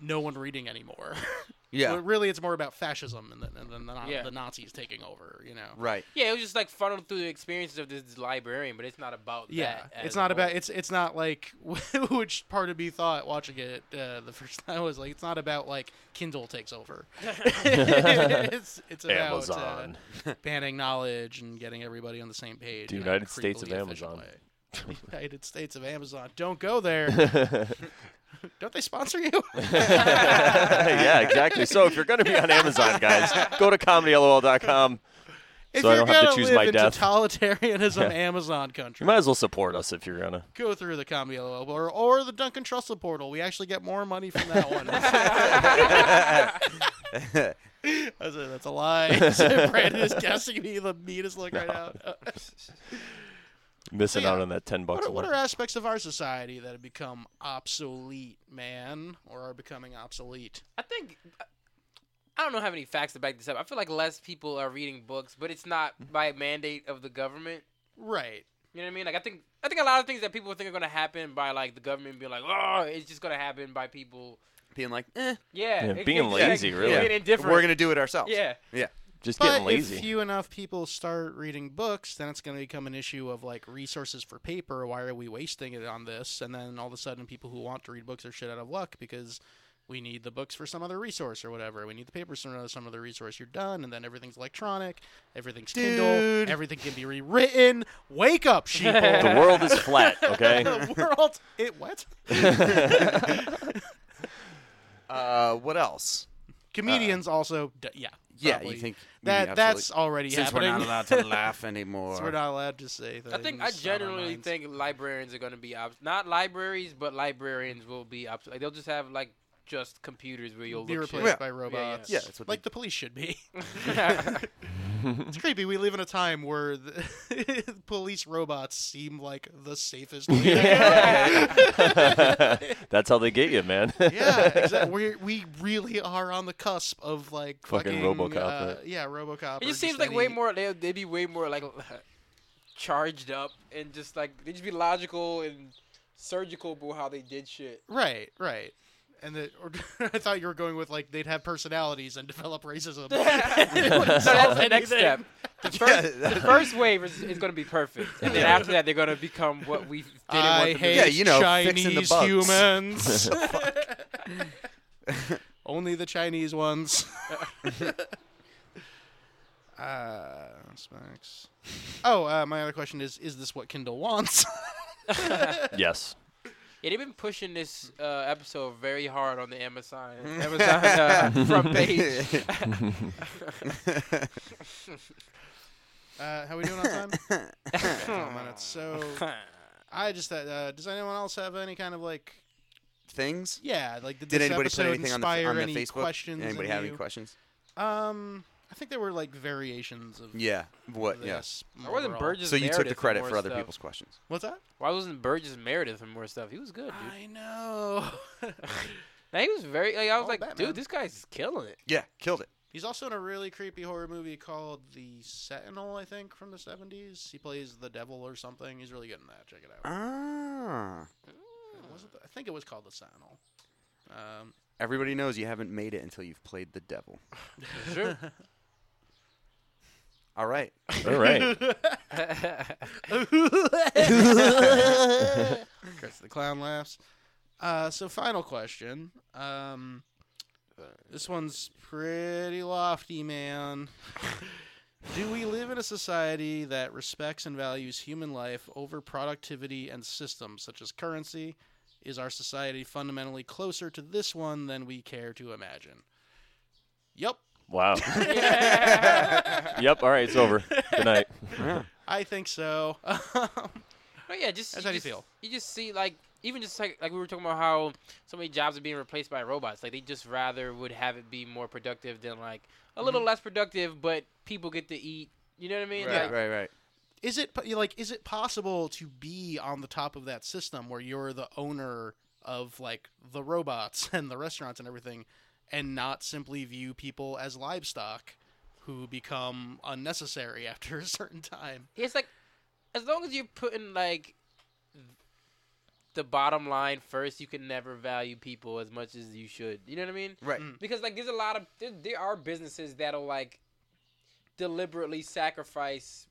Speaker 1: no one reading anymore.
Speaker 3: Yeah,
Speaker 1: But really, it's more about fascism and the, and the, na-
Speaker 4: Yeah.
Speaker 1: the Nazis taking over, you know?
Speaker 3: right.
Speaker 4: Yeah, it was just like funneled through the experiences of this librarian, but it's not about
Speaker 1: Yeah,
Speaker 4: that.
Speaker 1: it's not about it's it's not like which part of me thought watching it uh, the first time was like it's not about like Kindle takes over. it's it's about
Speaker 5: Amazon.
Speaker 1: Uh, banning knowledge and getting everybody on the same page.
Speaker 5: The
Speaker 1: in a
Speaker 5: United States of
Speaker 1: creepily efficient
Speaker 5: Amazon.
Speaker 1: way. The United States of Amazon. Don't go there. Don't they sponsor you?
Speaker 5: yeah, exactly. So if you're going to be on Amazon, guys, go to comedylol.com.
Speaker 1: if
Speaker 5: So I
Speaker 1: you're
Speaker 5: don't have to
Speaker 1: gonna
Speaker 5: choose
Speaker 1: live
Speaker 5: my
Speaker 1: in
Speaker 5: death.
Speaker 1: totalitarianism Amazon country.
Speaker 5: You might as well support us if you're gonna.
Speaker 1: go through the Comedy LOL or, or the Duncan Trussell portal. We actually get more money from that one. That's a, that's a lie. Brandon is guessing me the meanest look right now.
Speaker 5: Missing
Speaker 1: Yeah.
Speaker 5: out on that ten
Speaker 1: what,
Speaker 5: bucks.
Speaker 1: are,
Speaker 5: a
Speaker 1: what
Speaker 5: month.
Speaker 1: are aspects of our society that have become obsolete, man, or are becoming obsolete?
Speaker 4: I think I don't know have any facts to back this up. I feel like less people are reading books, but it's not by mandate of the government.
Speaker 1: Right.
Speaker 4: You know what I mean? Like I think I think a lot of things that people think are gonna happen by like the government being like, oh, it's just gonna happen by people.
Speaker 3: Being like, eh,
Speaker 4: Yeah,
Speaker 5: Yeah,
Speaker 4: it-
Speaker 5: being
Speaker 4: it's
Speaker 5: lazy,
Speaker 4: like,
Speaker 5: really.
Speaker 4: being indifferent.
Speaker 3: we're gonna do it ourselves.
Speaker 4: Yeah,
Speaker 3: Yeah.
Speaker 5: just
Speaker 1: But
Speaker 5: getting lazy.
Speaker 1: if few enough people start reading books, then it's going to become an issue of like resources for paper. Why are we wasting it on this? And then all of a sudden, people who want to read books are shit out of luck because we need the books for some other resource or whatever. We need the papers for another- some other resource. You're done, and then everything's electronic, everything's
Speaker 3: Dude.
Speaker 1: Kindle, everything can be rewritten. Wake up, sheeple!
Speaker 5: the world is flat, okay?
Speaker 1: the world. It what?
Speaker 3: Uh, what else?
Speaker 1: Comedians also. D- yeah.
Speaker 3: Uh, Yeah,
Speaker 1: probably.
Speaker 3: you think
Speaker 1: that
Speaker 3: yeah,
Speaker 1: that's
Speaker 3: absolutely.
Speaker 1: already
Speaker 3: since
Speaker 1: happening.
Speaker 3: we're not allowed to laugh anymore.
Speaker 1: Since we're not allowed to say.
Speaker 4: I think I
Speaker 1: things on our
Speaker 4: generally
Speaker 1: minds.
Speaker 4: think librarians are going to be obs- not libraries, but librarians will be obs- like they'll just have like just computers where you'll
Speaker 1: be
Speaker 4: look shit
Speaker 1: replaced
Speaker 3: Yeah.
Speaker 1: by robots.
Speaker 3: Yeah, that's what
Speaker 1: like
Speaker 3: they-
Speaker 1: the police should be.
Speaker 4: up.
Speaker 1: it's creepy. We live in a time where the police robots seem like the safest. way to
Speaker 5: That's how they get you, man.
Speaker 1: go. yeah, exactly. We we really are on the cusp of like
Speaker 5: Fucking
Speaker 1: fucking,
Speaker 5: RoboCop,
Speaker 1: Uh,
Speaker 5: right?
Speaker 1: yeah, RoboCop.
Speaker 4: It
Speaker 1: or
Speaker 4: just seems like way
Speaker 1: any-
Speaker 4: more. They they be way more like charged up and just like they just be logical and surgical about how they did shit.
Speaker 1: Right, right. And the, or, I thought you were going with like they'd have personalities and develop racism. It wouldn't
Speaker 4: So that's
Speaker 1: solve
Speaker 4: the next
Speaker 1: anything.
Speaker 4: step. The
Speaker 3: Yeah,
Speaker 4: first, the
Speaker 3: that-
Speaker 4: first wave is, is going to be perfect, and then after that, they're going to become what we didn't
Speaker 1: I
Speaker 4: want them to
Speaker 1: hate
Speaker 4: be.
Speaker 3: Yeah, you know,
Speaker 1: Chinese
Speaker 3: fixing the bugs.
Speaker 1: humans. Only the Chinese ones. uh, smacks. Oh, uh, my other question is: Is this what Kindle wants?
Speaker 5: yes.
Speaker 4: Yeah, they've been pushing this uh, episode very hard on the Amazon Amazon uh, front page.
Speaker 1: uh, how we doing on time? Ten minutes. So, I just thought, uh, does anyone else have any kind of like,
Speaker 3: Things.
Speaker 1: yeah, like did,
Speaker 3: Did
Speaker 1: this
Speaker 3: anybody put
Speaker 1: episode
Speaker 3: anything on the,
Speaker 1: inspire
Speaker 3: on the
Speaker 1: any
Speaker 3: Facebook?
Speaker 1: questions? in
Speaker 3: anybody have any
Speaker 1: you?
Speaker 3: questions?
Speaker 1: Um, I think there were like variations of
Speaker 3: Yeah. What? Yes.
Speaker 1: Yes.
Speaker 4: Why wasn't Burgess
Speaker 3: So you took
Speaker 4: Meredith
Speaker 3: the
Speaker 4: in
Speaker 3: credit
Speaker 4: more
Speaker 3: for other
Speaker 4: stuff?
Speaker 3: people's questions.
Speaker 1: What's that?
Speaker 4: Why wasn't Burgess Meredith and more stuff? He was good, dude.
Speaker 1: I know.
Speaker 4: Now he was very. Like, I was
Speaker 1: Oh,
Speaker 4: like,
Speaker 1: Batman.
Speaker 4: dude, this guy's killing it.
Speaker 3: Yeah, killed it.
Speaker 1: He's also in a really creepy horror movie called The Sentinel, I think, from the 70s. He plays the devil or something. He's really good in that. Check it
Speaker 3: Uh.
Speaker 1: out.
Speaker 3: Ah.
Speaker 1: Was it the- I think it was called The Sentinel. Um,
Speaker 3: Everybody knows you haven't made it until you've played the devil.
Speaker 4: Sure.
Speaker 3: All right.
Speaker 5: All right.
Speaker 1: Chris the Clown laughs. Uh, so, final question. Um, this one's pretty lofty, man. Do we live in a society that respects and values human life over productivity and systems such as currency? Is our society fundamentally closer to this one than we care to imagine? Yup,
Speaker 5: Wow. yep. All right. It's over. Good night.
Speaker 1: I think so. Um,
Speaker 4: But yeah, just
Speaker 1: That's
Speaker 4: you
Speaker 1: how you
Speaker 4: just,
Speaker 1: feel.
Speaker 4: You just see like even just like like we were talking about how so many jobs are being replaced by robots. Like they just rather would have it be more productive than like a
Speaker 1: Mm-hmm.
Speaker 4: little less productive, but people get to eat. You know what I mean?
Speaker 3: Right,
Speaker 4: Like,
Speaker 3: right, right.
Speaker 1: is it po- like is it possible to be on the top of that system where you're the owner of like the robots and the restaurants and everything and not simply view people as livestock who become unnecessary after a certain time
Speaker 4: It's like as long as you're putting like the bottom line first, you can never value people as much as you should. You know what I mean?
Speaker 3: Right.
Speaker 4: Because like there's a lot of there, there are businesses that'll like deliberately sacrifice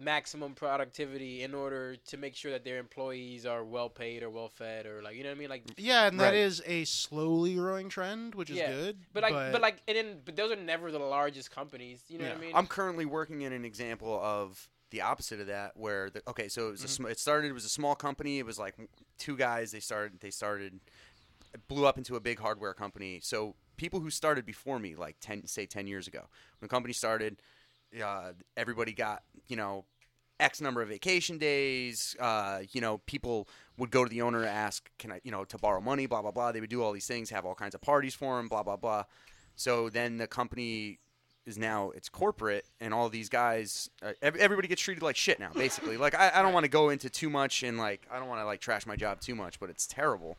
Speaker 4: maximum productivity in order to make sure that their employees are well paid or well fed or like you know what I mean like
Speaker 1: yeah and that
Speaker 3: Right.
Speaker 1: is a slowly growing trend which is
Speaker 4: yeah
Speaker 1: good
Speaker 4: but like but, like and then but those are never the largest companies you know what I
Speaker 1: Yeah.
Speaker 4: mean
Speaker 3: I'm currently working in an example of the opposite of that, where the, okay, so it was a sm- it started it was a small company. It was like two guys. They started they started it blew up into a big hardware company. So people who started before me, like ten say ten years ago, when the company started, uh, everybody got you know X number of vacation days. Uh, you know, people would go to the owner to ask, can I, you know, to borrow money, blah, blah, blah. They would do all these things, have all kinds of parties for him, blah, blah, blah. So then the company is now, it's corporate, and all these guys, uh, ev- everybody gets treated like shit now, basically. like, I, I don't want to go into too much and, like, I don't want to, like, trash my job too much, but it's terrible.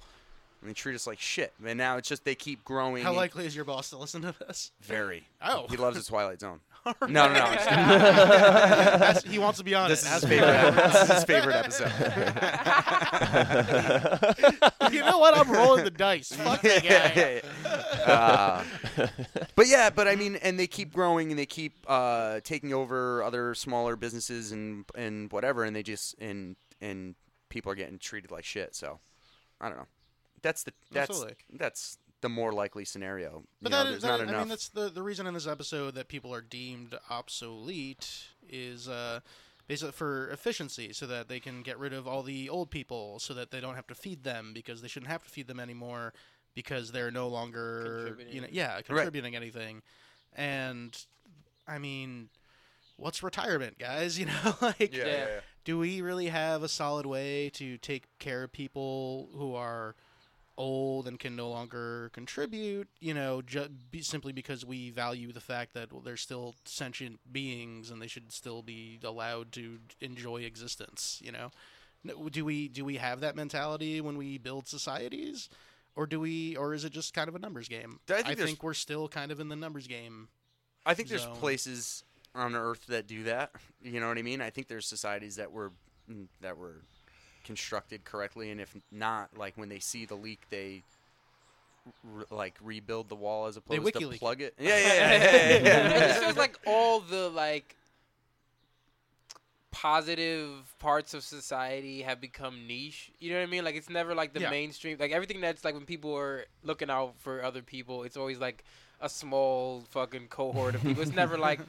Speaker 3: and they treat us like shit. And now it's just they keep growing.
Speaker 1: How
Speaker 3: and-
Speaker 1: likely is your boss to listen to this?
Speaker 3: Very.
Speaker 1: Oh.
Speaker 3: He loves the Twilight Zone. no, no, no. I'm just kidding.
Speaker 1: That's, he wants to be on
Speaker 3: This
Speaker 1: it. That's
Speaker 3: is his favorite. episode. This is his favorite episode.
Speaker 1: you know what? I'm rolling the dice. Fuck that guy.
Speaker 3: Uh, but yeah, but I mean, and they keep growing, and they keep uh, taking over other smaller businesses and and whatever, and they just and and people are getting treated like shit. So I don't know. That's the that's
Speaker 1: Absolutely.
Speaker 3: that's the more likely scenario.
Speaker 1: But
Speaker 3: you
Speaker 1: that
Speaker 3: know, there's
Speaker 1: is, that
Speaker 3: not
Speaker 1: is-
Speaker 3: enough.
Speaker 1: I mean, that's the, the reason in this episode that people are deemed obsolete is uh, basically for efficiency, so that they can get rid of all the old people, so that they don't have to feed them because they shouldn't have to feed them anymore because they're no longer, you know,
Speaker 4: Contributing.
Speaker 1: yeah, contributing anything. And I mean, what's retirement, guys? You know, like
Speaker 4: yeah, yeah.
Speaker 1: do we really have a solid way to take care of people who are old and can no longer contribute you know ju- be, simply because we value the fact that well, they're still sentient beings and they should still be allowed to enjoy existence you know N- do we do we have that mentality when we build societies or do we or is it just kind of a numbers game
Speaker 3: I think there's-
Speaker 1: we're still kind of in the numbers game
Speaker 3: I think there's
Speaker 1: zone.
Speaker 3: places on Earth that do that. You know what I mean? I think there's societies that were mm, that were constructed correctly, and if not, like when they see the leak, they re- like rebuild the wall as opposed to
Speaker 1: WikiLeak.
Speaker 3: plug it. Yeah, yeah, yeah. yeah, yeah, yeah.
Speaker 4: it just feels like all the like positive parts of society have become niche. You know what I mean? Like it's never like the
Speaker 1: Yeah.
Speaker 4: mainstream. Like everything that's like when people are looking out for other people, it's always like a small fucking cohort of people. It's never like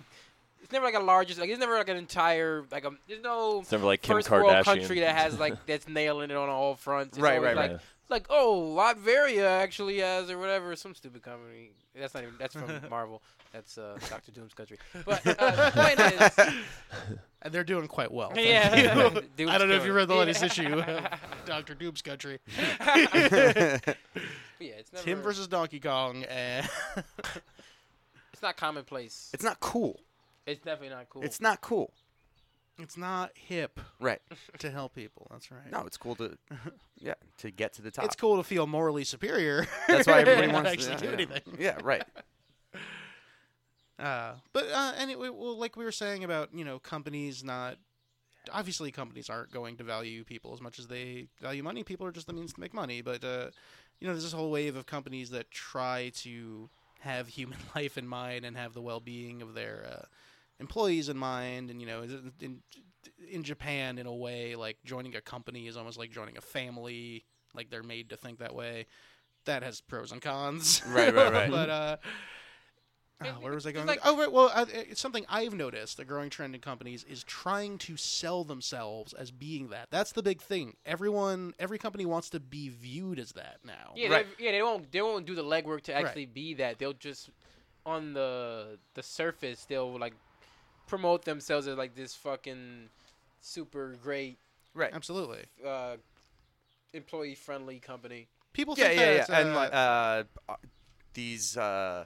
Speaker 4: it's never like a largest. Like it's never like an entire like a. There's no
Speaker 5: It's never like Kim
Speaker 4: first
Speaker 5: Kardashian.
Speaker 4: world country that has like that's nailing it on all fronts. It's
Speaker 3: Right,
Speaker 4: always,
Speaker 3: right,
Speaker 4: like,
Speaker 5: right.
Speaker 4: Like oh, Latveria actually has or whatever some stupid company. That's not even that's from Marvel. That's uh, Doctor Doom's country. But uh, the point is,
Speaker 1: and they're doing quite well thank
Speaker 4: yeah,
Speaker 1: you.
Speaker 4: Doom's
Speaker 1: I don't know if you
Speaker 4: killer.
Speaker 1: read the latest
Speaker 4: yeah.
Speaker 1: issue of Doctor Doom's Country.
Speaker 4: But yeah, it's never.
Speaker 1: Tim versus Donkey Kong. And
Speaker 4: It's not commonplace.
Speaker 3: It's not cool.
Speaker 4: It's definitely not cool.
Speaker 3: It's not cool.
Speaker 1: it's not hip
Speaker 3: Right?
Speaker 1: to help people. That's right.
Speaker 3: No, it's cool to yeah to get to the top.
Speaker 1: it's cool to feel morally superior.
Speaker 3: That's why
Speaker 1: You're
Speaker 3: everybody
Speaker 1: not
Speaker 3: wants
Speaker 1: actually
Speaker 3: to
Speaker 1: do
Speaker 3: yeah, yeah.
Speaker 1: anything.
Speaker 3: Yeah, right.
Speaker 1: Uh, but uh, anyway, well, like we were saying about you know companies not obviously companies aren't going to value people as much as they value money. People are just the means to make money. But uh, you know, there's this whole wave of companies that try to have human life in mind and have the well-being of their uh, employees in mind. And you know, in- in in Japan, in a way, like joining a company is almost like joining a family. Like they're made to think that way. That has pros and cons.
Speaker 3: Right, right, right.
Speaker 1: but uh, oh,
Speaker 4: And
Speaker 1: where was I
Speaker 4: it's
Speaker 1: going?
Speaker 4: like-
Speaker 1: oh, right. Well, uh, it's something I've noticed. A growing trend in companies is trying to sell themselves as being that. That's the big thing. Everyone, every company wants to be viewed as that now.
Speaker 4: yeah,
Speaker 3: Right.
Speaker 4: they, yeah. They won't. They won't do the legwork to actually be that. They'll just on the the surface. They'll like promote themselves as like this fucking super great
Speaker 3: Right.
Speaker 1: Absolutely.
Speaker 4: uh, employee friendly company.
Speaker 1: People
Speaker 3: yeah,
Speaker 1: think
Speaker 3: yeah, yeah.
Speaker 1: that.
Speaker 3: and
Speaker 1: uh,
Speaker 3: like uh, uh, these uh,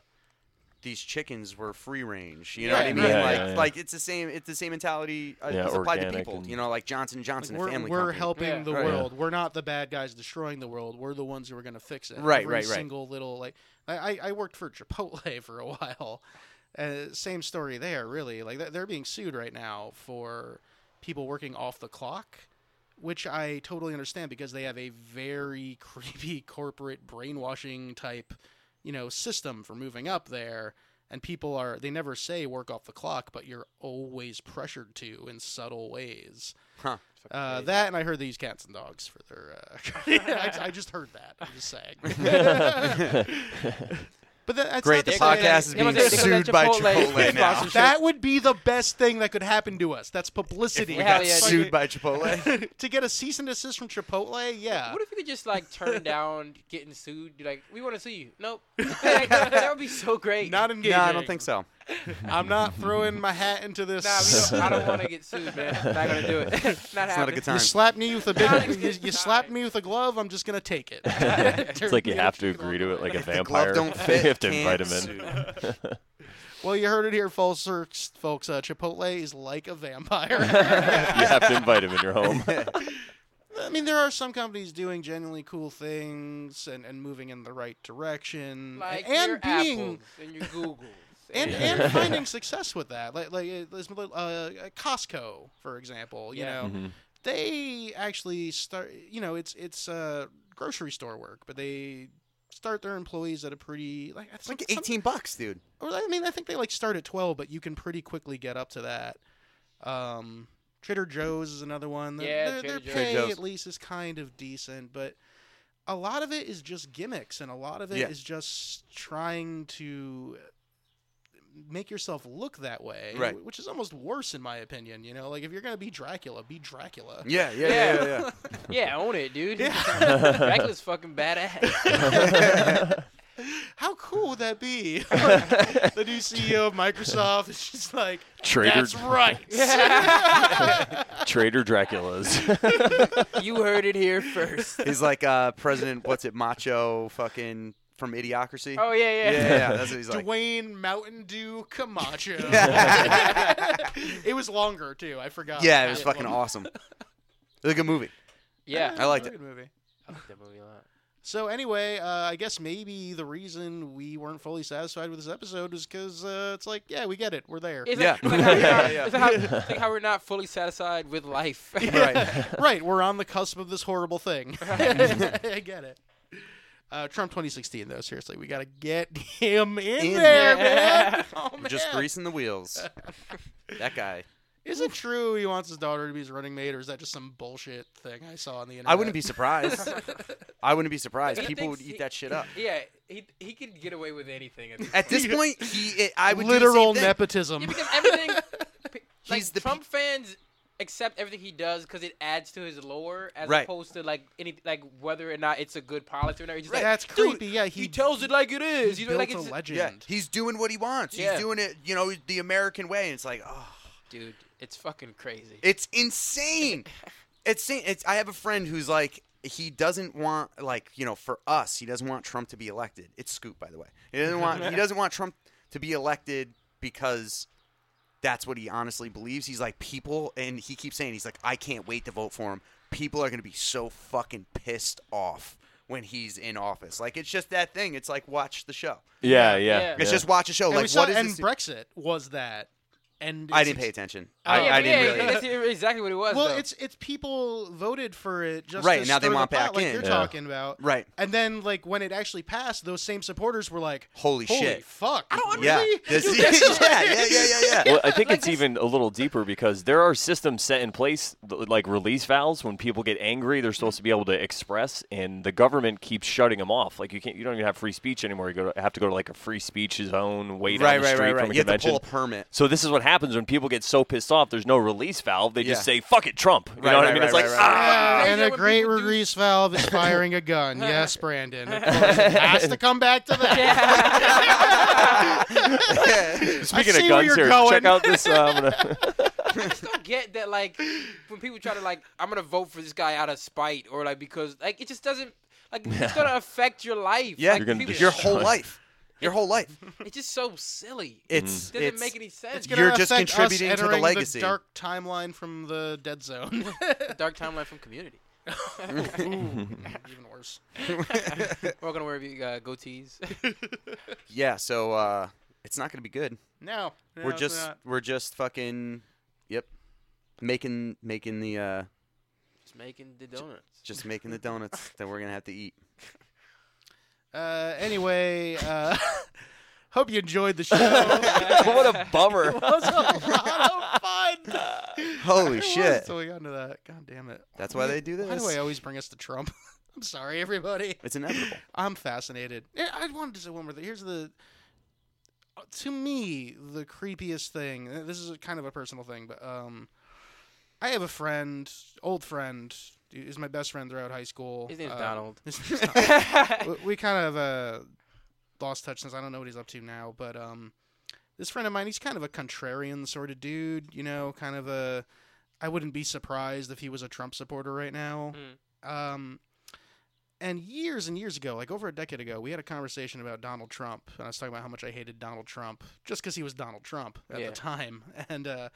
Speaker 3: these chickens were free range. You know what I
Speaker 4: Right,
Speaker 3: mean?
Speaker 5: right. Yeah,
Speaker 3: like,
Speaker 5: yeah, yeah.
Speaker 3: like it's the same. It's the same mentality uh,
Speaker 5: Yeah,
Speaker 3: it's applied to
Speaker 5: organic
Speaker 3: people.
Speaker 5: and-
Speaker 3: You know, like Johnson and
Speaker 1: like,
Speaker 3: Johnson, a
Speaker 1: we're
Speaker 3: family.
Speaker 1: we're
Speaker 3: company.
Speaker 1: helping
Speaker 4: Yeah.
Speaker 1: the
Speaker 3: Right.
Speaker 1: world. We're not the bad guys destroying the world. We're the ones who are going to fix it.
Speaker 3: Right,
Speaker 1: Every
Speaker 3: right, right.
Speaker 1: Single little like I I- I worked for Chipotle for a while. Uh, same story there, really. Like they're- they're being sued right now for people working off the clock, which I totally understand because they have a very creepy corporate brainwashing type, you know, system for moving up there. And people are, they never say work off the clock, but you're always pressured to in subtle ways.
Speaker 3: Huh.
Speaker 1: Uh, that and I heard they use cats and dogs for their. Uh, I, I just heard that. I'm just saying. but that, that's
Speaker 3: Great.
Speaker 1: not to
Speaker 3: The
Speaker 1: say-
Speaker 3: podcast is
Speaker 4: Yeah,
Speaker 3: being
Speaker 4: but they-
Speaker 3: sued by
Speaker 4: Chipotle
Speaker 3: Chipotle now.
Speaker 4: sponsorship.
Speaker 1: That would be the best thing that could happen to us. That's publicity.
Speaker 3: We
Speaker 4: Hell
Speaker 3: got
Speaker 4: yeah, dude.
Speaker 3: sued by Chipotle.
Speaker 1: to get a cease and desist from Chipotle, yeah.
Speaker 4: What if you could just like turn down getting sued? Be like, we want to sue you. Nope. Like, that would be so great.
Speaker 1: Not engaging.
Speaker 3: no, I don't think so.
Speaker 1: I'm not throwing my hat into this.
Speaker 4: Nah, we don't, I don't want to get sued, man. Not gonna do it. not
Speaker 3: It's not a good time.
Speaker 1: you slapped me with a big, you, you
Speaker 4: Sorry.
Speaker 1: slapped me with a glove. I'm just gonna take it.
Speaker 5: It's like you have to agree to it like a
Speaker 3: If the glove
Speaker 5: vampire.
Speaker 3: don't fit.
Speaker 5: you have to
Speaker 3: can't
Speaker 5: invite him
Speaker 3: sue.
Speaker 5: in.
Speaker 1: Well, you heard it here, folks. folks uh, Chipotle is like a vampire.
Speaker 5: You have to invite him in your home.
Speaker 1: I mean, there are some companies doing genuinely cool things and, and moving in the right direction
Speaker 4: Like
Speaker 1: and,
Speaker 4: your
Speaker 1: being
Speaker 4: Apples and your Googles.
Speaker 1: and,
Speaker 5: Yeah.
Speaker 1: and finding success with that. Like like uh, there's, uh, Costco, for example, you
Speaker 4: Yeah.
Speaker 1: know, they actually start. You know, it's it's uh, grocery store work, but they start their employees at a pretty like I
Speaker 3: It's
Speaker 1: think
Speaker 3: like
Speaker 1: some-
Speaker 3: 18 bucks, dude.
Speaker 1: or I mean, I think they like start at twelve, but you can pretty quickly get up to that. Um, Trader Joe's is another one. Their,
Speaker 4: Yeah,
Speaker 1: their, their
Speaker 4: Trader Joe's.
Speaker 1: pay
Speaker 3: Trader Joe's.
Speaker 1: at least is kind of decent, but a lot of it is just gimmicks, and a lot of it is
Speaker 3: Yeah.
Speaker 1: just trying to make yourself look that way,
Speaker 3: Right.
Speaker 1: Which is almost worse, in my opinion. You know, like if you're gonna be Dracula, be Dracula.
Speaker 3: Yeah, yeah, yeah,
Speaker 4: Yeah.
Speaker 3: yeah.
Speaker 4: yeah, own it, dude.
Speaker 1: Yeah.
Speaker 4: Dracula's fucking badass.
Speaker 1: How cool would that be? the new CEO of Microsoft is just like,
Speaker 5: Trader
Speaker 1: that's right.
Speaker 5: Trader Dracula's.
Speaker 4: you heard it here first.
Speaker 3: He's like uh, President, what's it, Macho fucking from Idiocracy?
Speaker 4: Oh yeah,
Speaker 3: yeah,
Speaker 4: yeah.
Speaker 3: yeah, that's what he's like.
Speaker 1: Dwayne Mountain Dew Camacho. it was longer too. I forgot.
Speaker 3: Yeah, it was fucking
Speaker 1: longer.
Speaker 3: awesome. It was a good movie.
Speaker 4: Yeah.
Speaker 3: I liked
Speaker 1: Very
Speaker 3: it.
Speaker 1: good movie.
Speaker 4: I like that movie a lot.
Speaker 1: So anyway, uh, I guess maybe the reason we weren't fully satisfied with this episode was because uh, it's like, yeah, we get it, we're there,
Speaker 4: It's
Speaker 3: Yeah.
Speaker 4: like, it's like how we're not,
Speaker 3: Yeah,
Speaker 4: It's, like how, it's like how we're not fully satisfied with life.
Speaker 3: Right.
Speaker 1: right? We're on the cusp of this horrible thing. I get it. Uh, Trump 2016 though, seriously, we gotta get him in,
Speaker 3: In
Speaker 1: there,
Speaker 4: there.
Speaker 1: man. Oh,
Speaker 3: We're Just
Speaker 1: man.
Speaker 3: greasing the wheels. That guy.
Speaker 1: Is it true he wants his daughter to be his running mate, or is that just some bullshit thing I saw on the internet?
Speaker 3: I wouldn't be surprised. I wouldn't be surprised.
Speaker 4: He
Speaker 3: People would
Speaker 4: thinks
Speaker 3: eat
Speaker 4: he-
Speaker 3: that shit up.
Speaker 4: yeah, he he could get away with anything. At this
Speaker 3: At this
Speaker 1: Yeah.
Speaker 3: point, he, I would do the same
Speaker 1: literal
Speaker 3: thing.
Speaker 1: nepotism.
Speaker 4: Yeah, because everything. p- like
Speaker 3: He's the
Speaker 4: Trump fans accept everything he does because it adds to his lore, as
Speaker 3: Right.
Speaker 4: opposed to like any like whether or not it's a good policy or not. He's just like,
Speaker 1: That's
Speaker 4: "Dude,
Speaker 1: creepy. Yeah,
Speaker 4: he,
Speaker 1: he-
Speaker 4: tells it like it is. You know,
Speaker 1: built
Speaker 4: like
Speaker 1: a
Speaker 4: it's
Speaker 1: legend.
Speaker 3: Yeah, he's doing what he wants.
Speaker 4: Yeah.
Speaker 3: He's doing it, you know, the American way. And it's like, oh,
Speaker 4: dude, it's fucking crazy.
Speaker 3: it's insane. it's, sa- it's. I have a friend who's like, he doesn't want, like, you know, for us, he doesn't want Trump to be elected. It's Scoop, by the way. He doesn't want. he doesn't want Trump to be elected because that's what he honestly believes. He's like, people, and he keeps saying, he's like, I can't wait to vote for him. People are going to be so fucking pissed off when he's in office. Like, it's just that thing. It's like, watch the show.
Speaker 5: yeah, yeah.
Speaker 4: yeah.
Speaker 3: It's just watch a show.
Speaker 1: and we
Speaker 3: like,
Speaker 1: saw,
Speaker 3: what is
Speaker 1: and
Speaker 3: this?
Speaker 1: Brexit was that, and
Speaker 3: I
Speaker 1: it's-
Speaker 3: didn't pay attention.
Speaker 4: Oh,
Speaker 3: I,
Speaker 4: yeah,
Speaker 3: I
Speaker 4: but
Speaker 3: didn't
Speaker 4: yeah,
Speaker 3: really.
Speaker 4: That's exactly what it was.
Speaker 1: Well,
Speaker 4: though.
Speaker 1: it's it's people voted for it just
Speaker 3: Right,
Speaker 1: to
Speaker 3: now they
Speaker 1: stir the
Speaker 3: want
Speaker 1: pot
Speaker 3: back
Speaker 1: like
Speaker 3: in.
Speaker 1: you're
Speaker 5: Yeah.
Speaker 1: talking about,
Speaker 3: Right.
Speaker 1: And then like when it actually passed, those same supporters were like,
Speaker 3: Holy shit.
Speaker 1: fuck!" I don't
Speaker 3: Yeah. This- yeah, yeah, yeah, yeah, yeah.
Speaker 5: Well, I think it's even a little deeper because there are systems set in place, th- like release valves. When people get angry, they're supposed to be able to express, and the government keeps shutting them off. Like you can't, you don't even have free speech anymore. You go to, have to go to like a free speech zone, wait
Speaker 3: Right,
Speaker 5: on the
Speaker 3: right,
Speaker 5: street
Speaker 3: right,
Speaker 5: from
Speaker 3: right.
Speaker 5: a
Speaker 3: You have to
Speaker 5: convention.
Speaker 3: pull a permit.
Speaker 5: So this is what happens when people get so pissed off. There's no release valve. They just
Speaker 3: Yeah.
Speaker 5: say "fuck it, Trump." You
Speaker 3: Right,
Speaker 5: know what I
Speaker 3: right,
Speaker 5: mean?
Speaker 3: right,
Speaker 5: it's
Speaker 3: right,
Speaker 5: like
Speaker 3: right,
Speaker 5: ah.
Speaker 4: right.
Speaker 1: and a
Speaker 4: When
Speaker 1: great
Speaker 4: people do-
Speaker 1: release valve is firing a gun. yes, Brandon. Of course, it has to come back to that.
Speaker 5: Speaking
Speaker 1: see where
Speaker 5: of guns
Speaker 1: you're
Speaker 5: here,
Speaker 1: going.
Speaker 5: check out this. Uh, I'm gonna-
Speaker 4: I just don't get that like when people try to like I'm gonna vote for this guy out of spite or like because like it just doesn't like it's gonna affect your life.
Speaker 3: Yeah,
Speaker 4: Like,
Speaker 5: You're gonna
Speaker 4: people-
Speaker 5: destroy-
Speaker 3: your whole life. Your whole life.
Speaker 4: It's just so silly.
Speaker 3: It's
Speaker 4: doesn't
Speaker 3: it's,
Speaker 4: make any sense.
Speaker 1: It's gonna
Speaker 3: You're just
Speaker 1: affect us
Speaker 3: contributing to the
Speaker 1: entering
Speaker 3: legacy.
Speaker 1: dark timeline from the dead zone.
Speaker 4: Dark timeline from Community.
Speaker 1: Even worse.
Speaker 4: We're all gonna wear uh, goatees.
Speaker 3: yeah. So uh, it's not going to be good.
Speaker 1: No, no,
Speaker 3: we're
Speaker 1: it's
Speaker 3: just
Speaker 1: not.
Speaker 3: we're just fucking yep, making making the uh,
Speaker 4: just making the donuts.
Speaker 3: just making the donuts that we're gonna have to eat.
Speaker 1: Uh, anyway, uh, hope you enjoyed the show. That
Speaker 5: what a bummer.
Speaker 1: was a lot of fun.
Speaker 3: Holy
Speaker 1: It was
Speaker 3: shit!
Speaker 1: till we got into that. God damn it.
Speaker 3: That's why they do
Speaker 1: Why do I
Speaker 3: this.
Speaker 1: always bring us to Trump? I'm sorry, everybody.
Speaker 3: It's inevitable.
Speaker 1: I'm fascinated. Yeah, I wanted to say one more thing. Here's the. To me, the creepiest thing. uh, This is a kind of a personal thing, but um, I have a friend, old friend, is my best friend throughout high school.
Speaker 4: His name's
Speaker 1: Uh,
Speaker 4: Donald.
Speaker 1: his name's Donald. we, we kind of uh, lost touch since I don't know what he's up to now, but um, this friend of mine, he's kind of a contrarian sort of dude, you know, kind of a. I wouldn't be surprised if he was a Trump supporter right now. Um, and years and years ago, like over a decade ago, we had a conversation about Donald Trump, and I was talking about how much I hated Donald Trump just because he was Donald Trump at
Speaker 4: Yeah.
Speaker 1: the time. And uh,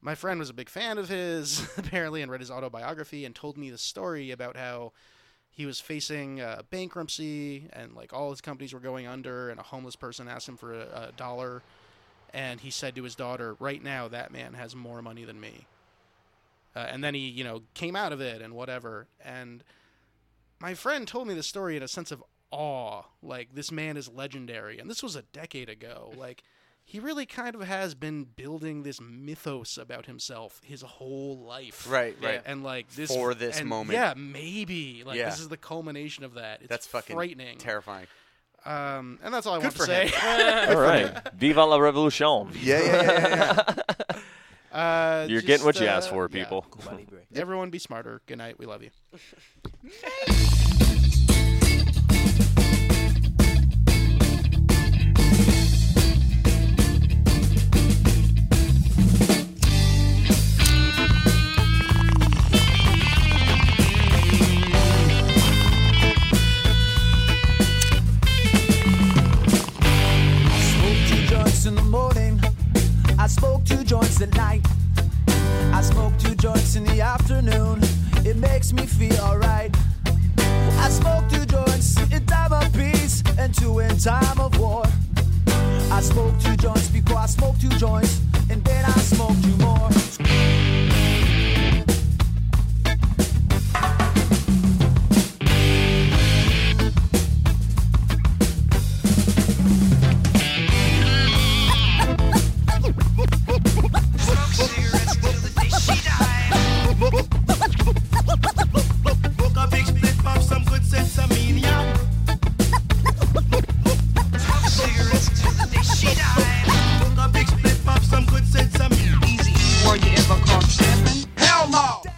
Speaker 1: My friend was a big fan of his, apparently, and read his autobiography and told me the story about how he was facing uh, bankruptcy and like all his companies were going under, and a homeless person asked him for a, a dollar. And he said to his daughter, Right now, that man has more money than me. Uh, and then he, you know, came out of it and whatever. And my friend told me the story in a sense of awe like this man is legendary and this was a decade ago like he really kind of has been building this mythos about himself his whole life
Speaker 3: Right, right.
Speaker 1: and like this
Speaker 3: For this
Speaker 1: and
Speaker 3: moment.
Speaker 1: yeah maybe like
Speaker 3: Yeah.
Speaker 1: this is the culmination of that it's
Speaker 3: That's fucking
Speaker 1: frightening
Speaker 3: terrifying.
Speaker 1: um and that's all i want to
Speaker 3: for
Speaker 1: say
Speaker 3: him.
Speaker 5: All right. Viva la revolution.
Speaker 3: Yeah, yeah, yeah. yeah,
Speaker 1: uh,
Speaker 5: You're getting what
Speaker 1: just,
Speaker 5: you
Speaker 1: uh,
Speaker 5: asked for,
Speaker 1: yeah.
Speaker 5: people.
Speaker 1: everyone be smarter good night we love you
Speaker 6: Smoke two joints in the morning. I smoke two joints at night. I smoke two joints in the afternoon. It makes me feel alright. I smoke two joints in time of peace and two in time of war. I smoke two joints before I smoke two joints